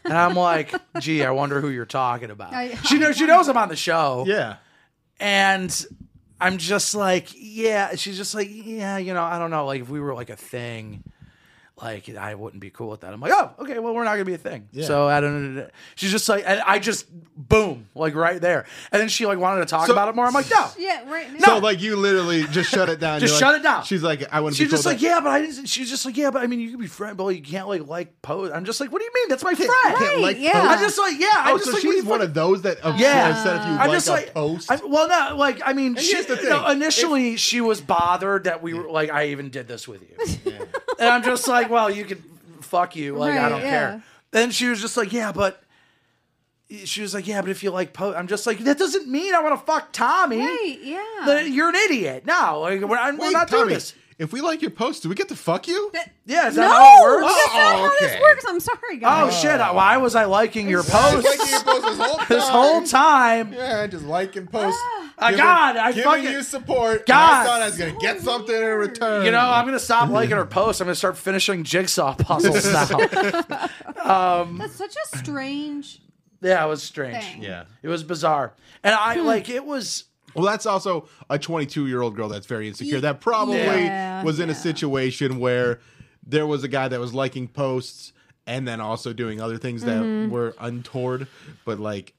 Speaker 1: And I'm like, gee, I wonder who you're talking about.
Speaker 4: I-
Speaker 1: she knows she knows I'm on the show.
Speaker 3: Yeah.
Speaker 1: And I'm just like, yeah. She's just like, yeah, you know, I don't know. Like, if we were like a thing, like, I wouldn't be cool with that. I'm like, oh, okay, well, we're not going to be a thing.
Speaker 3: Yeah.
Speaker 1: So I don't know. She's just like, and I just, boom, like right there. And then she like wanted to talk
Speaker 3: So-
Speaker 1: about it more. I'm like, no.
Speaker 4: Yeah. Right. Now.
Speaker 3: So like you literally just shut it down.
Speaker 1: Just
Speaker 3: You're
Speaker 1: shut
Speaker 3: like-
Speaker 1: it down.
Speaker 3: She's like, I want to.
Speaker 1: She's just like, yeah, but I didn't. She's just like, yeah, but I mean, you can be friend, but you can't like like pose. I'm just like, what do you mean? That's my friend.
Speaker 4: can't like yeah.
Speaker 1: I'm just like, yeah. I'm
Speaker 3: Oh,
Speaker 1: just
Speaker 3: so
Speaker 1: like, what do
Speaker 3: she's
Speaker 1: you
Speaker 3: one
Speaker 1: fucking-
Speaker 3: of those that uh,
Speaker 1: Yeah.
Speaker 3: yeah. said if you
Speaker 1: I'm
Speaker 3: like
Speaker 1: just
Speaker 3: a
Speaker 1: like
Speaker 3: post.
Speaker 1: I'm- well, no, like I mean, she,
Speaker 3: here's the thing.
Speaker 1: no, initially she was bothered that we were like, I even did this with you, and I'm just like, well, you could fuck you, like I
Speaker 4: Right,
Speaker 1: don't
Speaker 4: yeah.
Speaker 1: care. Then she was just like, yeah, but she was like, yeah, but if you like post, I'm just like, that doesn't mean I want to fuck Tommy.
Speaker 4: Right, yeah.
Speaker 1: The- you're an idiot. No, like, we're, I'm, we're
Speaker 3: Wait,
Speaker 1: not
Speaker 3: Tommy,
Speaker 1: doing this.
Speaker 3: If we like your post, do we get to fuck you?
Speaker 1: Yeah, is that
Speaker 4: no.
Speaker 1: how it works?
Speaker 4: That's not how
Speaker 3: okay.
Speaker 4: this works. I'm sorry,
Speaker 1: Oh
Speaker 4: guys.
Speaker 1: shit! Why was I liking your
Speaker 3: I was
Speaker 1: post
Speaker 3: liking your post this whole time.
Speaker 1: Oh, this whole time?
Speaker 3: Yeah, I just like and post.
Speaker 1: Ah,
Speaker 3: Giving-
Speaker 1: God, I
Speaker 3: giving
Speaker 1: fucking-
Speaker 3: you
Speaker 1: God.
Speaker 3: support. God, I thought I was gonna get something in return.
Speaker 1: You know, I'm gonna stop liking her posts. I'm gonna start finishing jigsaw puzzles now.
Speaker 4: That's such a strange.
Speaker 1: yeah, it was strange.
Speaker 4: Thing.
Speaker 3: yeah.
Speaker 1: It was bizarre, and I
Speaker 4: Hmm.
Speaker 1: like it was.
Speaker 3: Well, that's also a 22 year old girl that's very insecure. That probably
Speaker 4: Yeah,
Speaker 3: was in a situation where there was a guy that was liking posts and then also doing other things that
Speaker 1: Mm-hmm.
Speaker 3: were untoward. But like,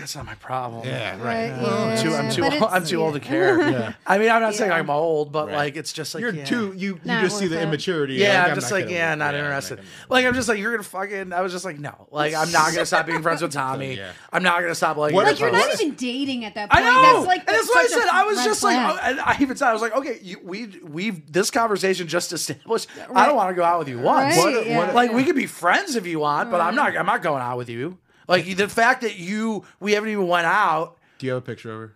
Speaker 1: That's not my problem.
Speaker 3: yeah, right.
Speaker 4: Right.
Speaker 1: I'm
Speaker 4: yeah.
Speaker 1: too, I'm too,
Speaker 4: But
Speaker 1: old,
Speaker 4: it's-
Speaker 1: I'm too old to
Speaker 4: yeah.
Speaker 1: care. I mean, I'm not saying
Speaker 4: Yeah.
Speaker 1: I'm old, but like, it's just like
Speaker 3: You're
Speaker 1: yeah.
Speaker 3: too. You, you
Speaker 4: Not
Speaker 3: just see
Speaker 4: worth
Speaker 3: the
Speaker 4: it.
Speaker 3: immaturity.
Speaker 1: Yeah, I'm,
Speaker 3: I'm
Speaker 1: just
Speaker 3: not
Speaker 1: like,
Speaker 3: gonna-
Speaker 1: yeah, not
Speaker 3: yeah, I'm
Speaker 1: interested.
Speaker 3: gonna-
Speaker 1: like, I'm just like, you're gonna fucking. I was just like, no, like, I'm not gonna stop being friends with Tommy.
Speaker 3: Yeah.
Speaker 1: I'm not gonna stop liking.
Speaker 3: What
Speaker 1: her
Speaker 3: if
Speaker 4: Like you're
Speaker 1: posts.
Speaker 4: not even dating at that
Speaker 1: I
Speaker 4: point.
Speaker 1: know.
Speaker 4: That's like
Speaker 1: and that's
Speaker 4: such
Speaker 1: what I
Speaker 4: a
Speaker 1: said. I was
Speaker 4: red
Speaker 1: just
Speaker 4: flag.
Speaker 1: like, oh, and I even said, I was like, okay, you, we we've this conversation just established. I don't want to go out with you once.
Speaker 4: Right, What- yeah. what-
Speaker 1: like we could be friends if you want, but I'm not. I'm not going out with you. Like the fact that you we haven't even went out.
Speaker 3: Do you have a picture of her?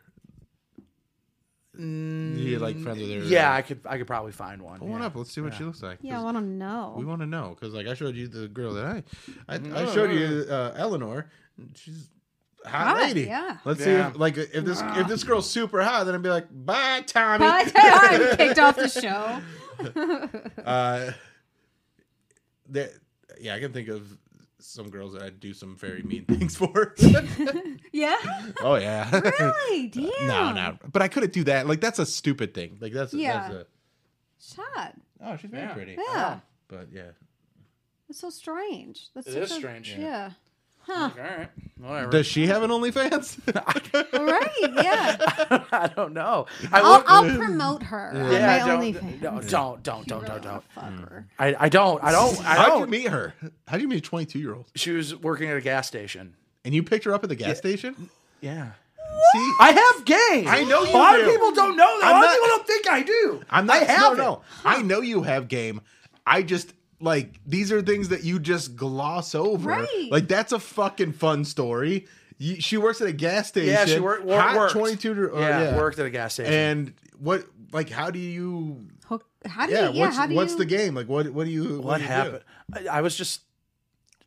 Speaker 3: You be like friends with her.
Speaker 1: Mm, Yeah, I could I could probably find one.
Speaker 3: Pull one
Speaker 1: yeah.
Speaker 3: up. Let's see what
Speaker 1: Yeah.
Speaker 3: she looks like.
Speaker 4: Yeah, I
Speaker 3: 'cause
Speaker 4: want to know.
Speaker 3: We want to know because like I showed you the girl that I, I, I
Speaker 4: Mm-hmm.
Speaker 1: No,
Speaker 3: showed
Speaker 1: no,
Speaker 3: you uh, Eleanor. and She's a hot
Speaker 4: Oh, Hot,
Speaker 3: lady.
Speaker 4: yeah.
Speaker 3: Let's
Speaker 1: Yeah.
Speaker 3: see if like if this if this girl's super hot, then I'd be like, bye, Tommy.
Speaker 4: But I'm kicked off the show.
Speaker 3: uh, that yeah, I can think of some girls that I do some very mean things for.
Speaker 4: Yeah.
Speaker 3: oh yeah.
Speaker 4: Really? Damn.
Speaker 3: uh, No, no, but I couldn't do that. Like that's a stupid thing. Like that's
Speaker 4: Yeah.
Speaker 3: that's a
Speaker 4: Shot.
Speaker 3: oh she's very
Speaker 1: Yeah.
Speaker 3: pretty.
Speaker 4: Yeah.
Speaker 3: But yeah,
Speaker 4: That's so strange. That's
Speaker 1: It
Speaker 4: such
Speaker 1: is
Speaker 4: a-
Speaker 1: strange.
Speaker 4: Yeah. Huh.
Speaker 1: All right. Whatever.
Speaker 3: does she have an OnlyFans?
Speaker 4: right. Yeah.
Speaker 1: I don't know. I
Speaker 4: I'll,
Speaker 1: look-
Speaker 4: I'll promote her
Speaker 1: yeah,
Speaker 4: on my
Speaker 1: don't,
Speaker 4: OnlyFans.
Speaker 1: no, don't, don't, don't, don't, don't.
Speaker 4: Fuck her.
Speaker 1: I, I don't, I don't, I
Speaker 3: How'd you
Speaker 1: don't.
Speaker 3: meet her? How'd you meet a 22 year old?
Speaker 1: She was working at a gas station.
Speaker 3: And you picked her up at the gas station?
Speaker 1: Yeah.
Speaker 3: See,
Speaker 1: I have game.
Speaker 3: I know you
Speaker 1: A lot
Speaker 3: do.
Speaker 1: of people don't know that.
Speaker 3: I'm
Speaker 1: a lot
Speaker 3: not-
Speaker 1: of people don't think I do.
Speaker 3: I'm not.
Speaker 1: I have
Speaker 3: no, no.
Speaker 1: it.
Speaker 3: I know you have game. I just like these are things that you just gloss over.
Speaker 4: Right.
Speaker 3: Like that's a fucking fun story. You, she works at a gas station.
Speaker 1: Yeah, she worked. Wor-
Speaker 3: hot
Speaker 1: worked.
Speaker 3: 22 to- uh,
Speaker 1: yeah,
Speaker 3: yeah,
Speaker 1: worked at a gas station.
Speaker 3: And what? Like, how do you?
Speaker 4: Hook- How do
Speaker 3: yeah.
Speaker 4: you? Yeah.
Speaker 3: what's
Speaker 4: how do
Speaker 3: what's
Speaker 4: you?
Speaker 3: the game? Like, what? What do you? What,
Speaker 1: what
Speaker 3: do you do?
Speaker 1: happened? I, I was just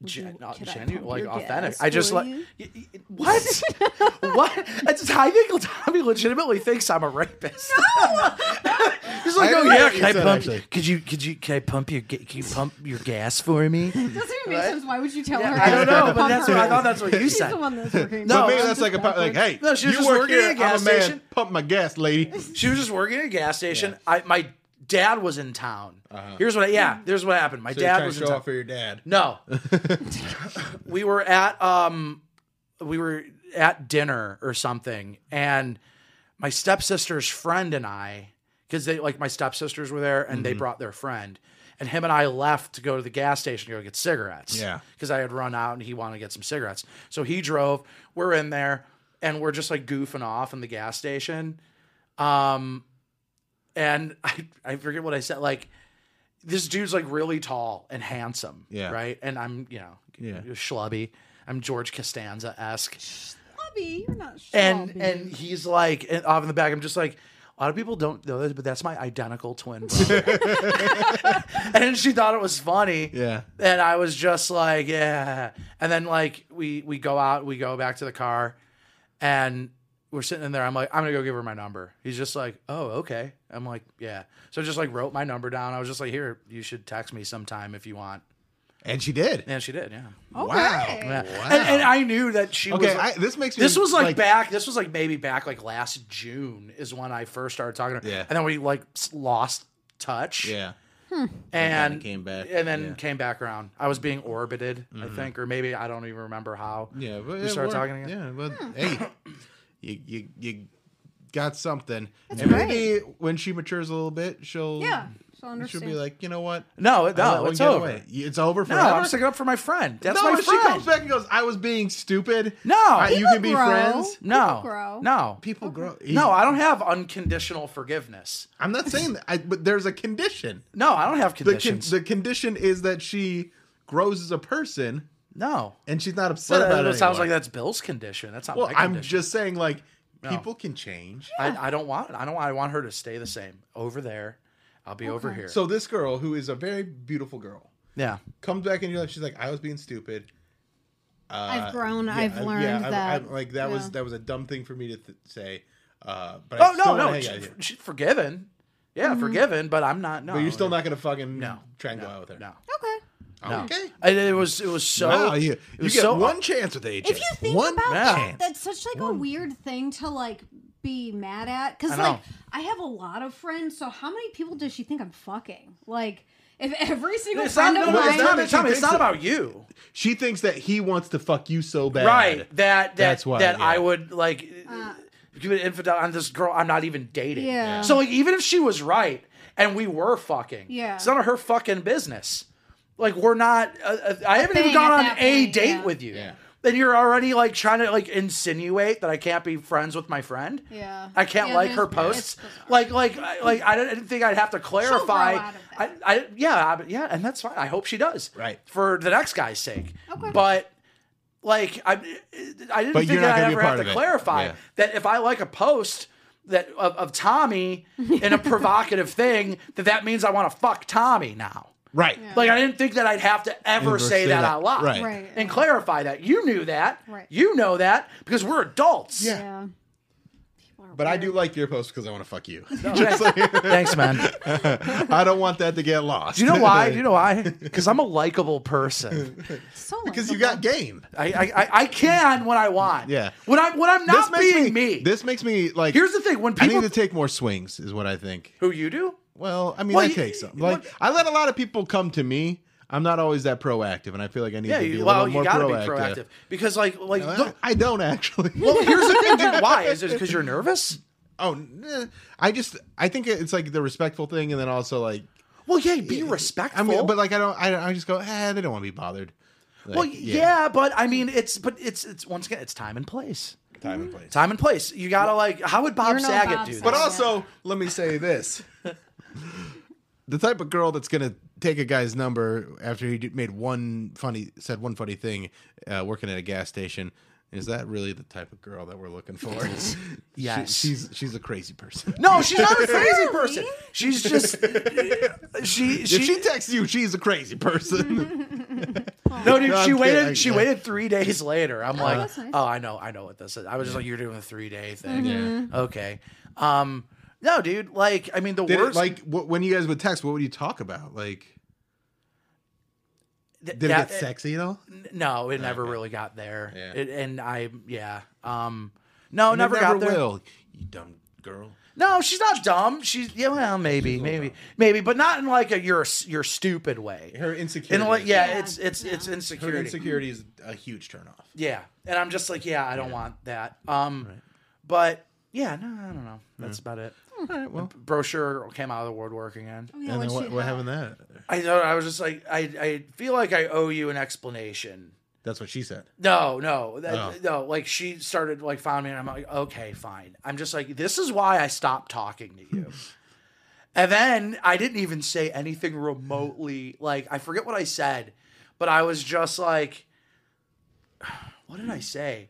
Speaker 1: gen,
Speaker 4: you-
Speaker 1: not
Speaker 4: could I
Speaker 1: genuine,
Speaker 4: pump
Speaker 1: like
Speaker 4: your
Speaker 1: authentic.
Speaker 4: gas
Speaker 1: I just
Speaker 4: for
Speaker 1: like
Speaker 4: you?
Speaker 1: Y- y- what? what? I, just, I think Tommy legitimately thinks I'm a rapist. He's like,
Speaker 3: I
Speaker 1: oh
Speaker 3: know
Speaker 1: yeah,
Speaker 3: what
Speaker 1: can
Speaker 3: he
Speaker 1: I
Speaker 3: said,
Speaker 1: pump?
Speaker 3: actually.
Speaker 1: Could you? Could you? Can I pump your? ga- Can you pump your gas for me?
Speaker 4: Doesn't even make sense. Why would you tell her?
Speaker 1: I don't know, but
Speaker 4: Pump
Speaker 1: that's
Speaker 4: her
Speaker 1: what I
Speaker 4: up.
Speaker 1: thought. That's what you
Speaker 4: She's
Speaker 1: said.
Speaker 4: the one that's
Speaker 3: But
Speaker 4: working.
Speaker 1: No,
Speaker 3: maybe
Speaker 1: I'm
Speaker 3: that's
Speaker 4: just
Speaker 3: like a pro- like,
Speaker 4: backwards.
Speaker 3: hey,
Speaker 1: No, she was
Speaker 3: you
Speaker 1: just
Speaker 3: work
Speaker 1: working at
Speaker 3: here.
Speaker 1: a
Speaker 3: I'm
Speaker 1: gas
Speaker 3: a man.
Speaker 1: station.
Speaker 3: Pump my gas, lady.
Speaker 1: She was just working at a gas station. I my dad was in town. Here's what. I, yeah, here's what happened. My
Speaker 3: Uh-huh. So you're
Speaker 1: dad
Speaker 3: trying
Speaker 1: was
Speaker 3: to
Speaker 1: in
Speaker 3: show
Speaker 1: town.
Speaker 3: off for your dad.
Speaker 1: No. we were at um we were at dinner or something and my stepsister's friend and I cuz they like my stepsisters were there and they
Speaker 3: Mm-hmm.
Speaker 1: brought their friend and him and I left to go to the gas station to go get cigarettes.
Speaker 3: Yeah.
Speaker 1: Cuz I had run out and he wanted to get some cigarettes. So he drove, we're in there and we're just like goofing off in the gas station. Um and I I forget what I said like this dude's like really tall and handsome.
Speaker 3: Yeah.
Speaker 1: Right. And I'm, you know,
Speaker 3: Yeah.
Speaker 1: schlubby. I'm George Costanza esque.
Speaker 4: Bobby, you're not sure.
Speaker 1: And and he's like and off in the back, I'm just like, a lot of people don't know this, but that's my identical twin brother. and she thought it was funny.
Speaker 3: Yeah.
Speaker 1: And I was just like, yeah. And then like we we go out, we go back to the car, and we're sitting in there. I'm like, I'm gonna go give her my number. He's just like, oh, okay. I'm like, yeah. So I just like wrote my number down. I was just like, here, you should text me sometime if you want.
Speaker 3: And she did.
Speaker 1: And she did, yeah.
Speaker 3: Wow.
Speaker 1: Yeah.
Speaker 3: Oh, Wow.
Speaker 1: And, and I knew that she
Speaker 3: okay,
Speaker 1: was. like-
Speaker 3: I, this makes me.
Speaker 1: this was like, back. This was like maybe back like last June is when I first started talking to her.
Speaker 3: Yeah.
Speaker 1: And then we like s- lost touch.
Speaker 3: Yeah.
Speaker 1: And
Speaker 3: kinda came back,
Speaker 1: And then
Speaker 3: yeah. Mm-hmm.
Speaker 1: came back around. I was being orbited, I think, or maybe I don't even remember how.
Speaker 3: Yeah, but
Speaker 1: we
Speaker 3: yeah,
Speaker 1: started
Speaker 3: we're-
Speaker 1: talking again.
Speaker 3: Yeah, but
Speaker 1: Hmm.
Speaker 3: hey, you you you got something, and
Speaker 4: great.
Speaker 3: maybe when she matures a little bit, she'll
Speaker 4: yeah, she'll
Speaker 3: she'll
Speaker 4: understand.
Speaker 3: be like, you know what?
Speaker 1: No,
Speaker 3: I let
Speaker 1: no,
Speaker 3: one
Speaker 1: it's
Speaker 3: get
Speaker 1: over.
Speaker 3: away. Y- It's over
Speaker 1: No,
Speaker 3: forever.
Speaker 1: I'm sticking up for my friend. That's
Speaker 3: no,
Speaker 1: my
Speaker 3: if she
Speaker 1: friend.
Speaker 3: comes back and goes, I was being stupid.
Speaker 1: No.
Speaker 3: I- you
Speaker 4: People
Speaker 3: can be
Speaker 4: grow.
Speaker 3: friends.
Speaker 1: no,
Speaker 4: People grow.
Speaker 1: no,
Speaker 3: People grow.
Speaker 1: no. I don't have unconditional forgiveness.
Speaker 3: I'm not saying that, I, but there's a condition.
Speaker 1: No, I don't have
Speaker 3: The con-
Speaker 1: conditions.
Speaker 3: the condition is that she grows as a person,
Speaker 1: no.
Speaker 3: and she's not upset
Speaker 1: Well,
Speaker 3: about
Speaker 1: that,
Speaker 3: it.
Speaker 1: that sounds
Speaker 3: anymore.
Speaker 1: like that's Bill's condition. That's not
Speaker 3: Well,
Speaker 1: my condition.
Speaker 3: I'm just saying, like people can change.
Speaker 1: I, I don't want. I don't. I want her to stay the same over there. I'll be over here.
Speaker 3: So this girl, who is a very beautiful girl,
Speaker 1: yeah,
Speaker 3: comes back in your life. She's like, I was being stupid.
Speaker 4: I've grown.
Speaker 3: Uh, Yeah,
Speaker 4: I've
Speaker 3: I-
Speaker 4: learned
Speaker 3: yeah, I-
Speaker 4: that.
Speaker 3: I, like that was
Speaker 4: Yeah.
Speaker 3: that was a dumb thing for me to th- say. Uh, but I
Speaker 1: Oh
Speaker 3: still
Speaker 1: no,
Speaker 3: wanna
Speaker 1: no,
Speaker 3: hang
Speaker 1: she,
Speaker 3: out here. Mm-hmm.
Speaker 1: she's forgiven. Yeah, forgiven, but I'm not. No,
Speaker 3: but you're still not gonna fucking
Speaker 1: No,
Speaker 3: try and go out with her.
Speaker 1: No,
Speaker 4: okay.
Speaker 1: no.
Speaker 3: Okay.
Speaker 1: And it was. It was so.
Speaker 3: Wow, you,
Speaker 1: it
Speaker 3: you
Speaker 1: was
Speaker 3: get
Speaker 1: so-
Speaker 3: one chance with AJ.
Speaker 4: If you think
Speaker 3: one
Speaker 4: about
Speaker 1: Yeah.
Speaker 4: that, that's such like a weird thing to like be mad at. Because
Speaker 1: I know.
Speaker 4: like I have a lot of friends, so how many people does she think I'm fucking? Like if every single
Speaker 1: It's not,
Speaker 4: friend
Speaker 1: no,
Speaker 4: of
Speaker 1: no, it's
Speaker 4: mine,
Speaker 1: not,
Speaker 3: that
Speaker 1: Tommy,
Speaker 3: she
Speaker 1: it's not
Speaker 3: thinks
Speaker 1: about you,
Speaker 3: she thinks that he wants to fuck you so bad.
Speaker 1: right? That that
Speaker 3: That's why,
Speaker 1: that
Speaker 3: yeah.
Speaker 1: I would like give an infidel on this girl I'm not even dating.
Speaker 4: Uh. Yeah.
Speaker 1: So like, even if she was right and we were fucking,
Speaker 4: Yeah.
Speaker 1: it's none of her fucking business. Like we're not. Uh, uh, I haven't even
Speaker 4: thing
Speaker 1: gone
Speaker 4: at
Speaker 1: on
Speaker 4: that
Speaker 1: a
Speaker 4: point,
Speaker 1: date
Speaker 4: yeah.
Speaker 1: with you.
Speaker 3: Yeah.
Speaker 1: Then you're already like trying to like insinuate that I can't be friends with my friend.
Speaker 4: Yeah.
Speaker 1: I can't
Speaker 4: Yeah,
Speaker 1: like her
Speaker 4: there's- yeah,
Speaker 1: posts.
Speaker 4: it's bizarre.
Speaker 1: Like like I- like I didn't think I'd have to clarify.
Speaker 4: grow out of
Speaker 1: I,
Speaker 4: that.
Speaker 1: I yeah I, yeah, and that's fine. I hope she does.
Speaker 3: Right.
Speaker 1: for the next guy's sake.
Speaker 4: Okay.
Speaker 1: But like I I didn't
Speaker 3: But
Speaker 1: think
Speaker 3: you're not
Speaker 1: that I
Speaker 3: gonna be a
Speaker 1: ever
Speaker 3: part
Speaker 1: have
Speaker 3: of
Speaker 1: to
Speaker 3: it.
Speaker 1: clarify
Speaker 3: Yeah.
Speaker 1: that if I like a post that of, of Tommy in a provocative thing that that means I want to fuck Tommy now.
Speaker 3: Right.
Speaker 1: Like I didn't think that I'd have to ever
Speaker 3: Ever
Speaker 1: say,
Speaker 3: say
Speaker 1: that,
Speaker 3: that.
Speaker 1: out loud
Speaker 3: Right. Right.
Speaker 1: and clarify that. You knew that. Right. You know that because we're adults.
Speaker 3: Yeah. But I do like your post because I want to fuck you.
Speaker 1: thanks. Thanks, man.
Speaker 3: I don't want that to get lost.
Speaker 1: Do you know why? Do you know why? Because I'm a likable person.
Speaker 3: because you got game.
Speaker 1: I, I I- I can when I want.
Speaker 3: Yeah.
Speaker 1: When I'm when I'm not
Speaker 3: makes
Speaker 1: being me,
Speaker 3: This makes me like.
Speaker 1: Here's the thing: when
Speaker 3: I
Speaker 1: people
Speaker 3: need to take more swings, is what I think.
Speaker 1: who you do,
Speaker 3: Well, I mean,
Speaker 1: Well,
Speaker 3: I
Speaker 1: you-
Speaker 3: take some. Like, I let a lot of people come to me. I'm not always that proactive, and I feel like I need
Speaker 1: yeah,
Speaker 3: to be
Speaker 1: you,
Speaker 3: a
Speaker 1: well,
Speaker 3: little more
Speaker 1: you gotta
Speaker 3: proactive.
Speaker 1: be proactive because like like
Speaker 3: No, I-
Speaker 1: look,
Speaker 3: I don't actually.
Speaker 1: Well, here's the thing, dude. Why is it because you're nervous?
Speaker 3: Oh, nah. I just I think it's like the respectful thing, and then also like
Speaker 1: Well, yeah, be respectful.
Speaker 3: I mean, but like I don't, I, I just go, eh, they don't want to be bothered. Like,
Speaker 1: well, yeah. but I mean, it's but it's it's once again, it's time and place.
Speaker 3: time and place.
Speaker 1: Time and place. You gotta like. How would Bob
Speaker 4: You're no
Speaker 1: Saget
Speaker 4: Bob
Speaker 1: do that?
Speaker 3: But also, let me say this: the type of girl that's gonna take a guy's number after he did- made one funny, said one funny thing, uh, working at a gas station. Is that really the type of girl that we're looking for?
Speaker 1: Yes.
Speaker 3: She- she's she's a crazy person.
Speaker 1: no, she's not a crazy person. She's just she
Speaker 3: If
Speaker 1: she,
Speaker 3: she texts you, she's a crazy person.
Speaker 1: no dude.
Speaker 3: No,
Speaker 1: she
Speaker 3: I'm
Speaker 1: waited.
Speaker 3: kidding.
Speaker 1: She
Speaker 3: Yeah.
Speaker 1: waited three days later. I'm like,
Speaker 4: that's nice.
Speaker 1: oh, I know, I know what this is. I was just like, you're doing the three day thing.
Speaker 4: Mm-hmm.
Speaker 1: Okay. Um. No, dude. Like, I mean, the
Speaker 3: Did it,
Speaker 1: worst.
Speaker 3: like wh- when you guys would text, what would you talk about? Like,
Speaker 1: th-
Speaker 3: did
Speaker 1: that-
Speaker 3: it get sexy at all?
Speaker 1: No, it never really got there.
Speaker 3: Yeah.
Speaker 1: It, and I, yeah. Um. No,
Speaker 3: And it
Speaker 1: never, got there.
Speaker 3: will. You dumb girl.
Speaker 1: No, she's not dumb. She's yeah, well, maybe, maybe, maybe, but not in like a you're you're stupid way.
Speaker 3: Her
Speaker 1: In
Speaker 3: insecurity.
Speaker 1: like, yeah, it's it's it's insecurity.
Speaker 3: Her insecurity is a huge turnoff.
Speaker 1: Yeah, and I'm just like, yeah, I don't want that. Um, but yeah, no, I don't know. That's about it.
Speaker 3: well.
Speaker 1: brochure came out of the woodwork again.
Speaker 4: Yeah,
Speaker 3: and
Speaker 4: when
Speaker 3: then what,
Speaker 4: she-
Speaker 3: what happened that?
Speaker 1: I don't. I was just like, I I feel like I owe you an explanation.
Speaker 3: That's what she said.
Speaker 1: No, no, that,
Speaker 3: Oh.
Speaker 1: no. Like she started like found me, and I'm like, okay, fine. I'm just like, this is why I stopped talking to you. and then I didn't even say anything remotely. Like I forget what I said, but I was just like, what did I say?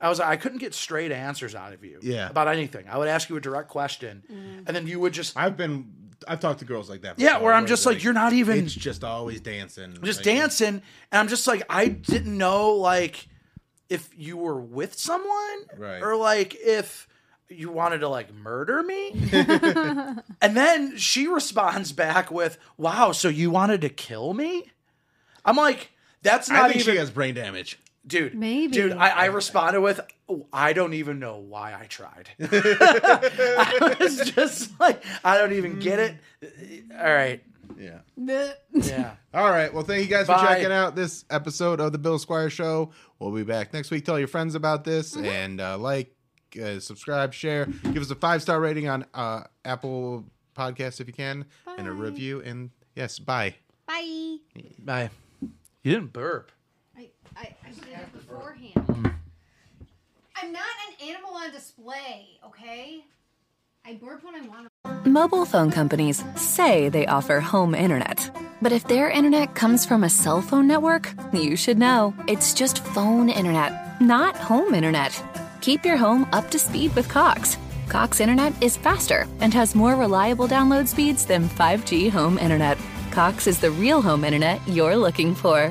Speaker 1: I was like, I couldn't get straight answers out of you.
Speaker 3: Yeah.
Speaker 1: About anything. I would ask you a direct question, and then you would just.
Speaker 3: I've been, I've talked to girls like that.
Speaker 1: yeah,
Speaker 3: before,
Speaker 1: where I'm just like, you're not even
Speaker 3: it's just always dancing,
Speaker 1: just
Speaker 3: like,
Speaker 1: dancing and i'm just like i didn't know like if you were with someone
Speaker 3: Right.
Speaker 1: or like if you wanted to like murder me and then she responds back with wow so you wanted to kill me i'm like that's
Speaker 3: I
Speaker 1: not
Speaker 3: think
Speaker 1: even
Speaker 3: she has brain damage.
Speaker 1: dude
Speaker 4: Maybe.
Speaker 1: dude I, I responded with "Oh, i don't even know why i tried i was just like i don't even get it
Speaker 3: Mm.
Speaker 1: all right
Speaker 3: Yeah.
Speaker 1: yeah
Speaker 3: All right. Well, thank you guys
Speaker 1: Bye.
Speaker 3: for checking out this episode of the Bill Squire Show. We'll be back next week. Tell your friends about this
Speaker 1: Mm-hmm.
Speaker 3: and uh, like, uh, subscribe, share, give us a five star rating on uh, Apple Podcasts if you can, and a review. And yes, bye.
Speaker 4: Bye.
Speaker 1: bye you didn't burp
Speaker 4: I, I, I did it beforehand. I'm not an animal on display, okay? I burp when I want to.
Speaker 5: Mobile phone companies say they offer home internet. But if their internet comes from a cell phone network, you should know. It's just phone internet, not home internet. Keep your home up to speed with Cox. Cox internet is faster and has more reliable download speeds than 5G home internet. Cox is the real home internet you're looking for.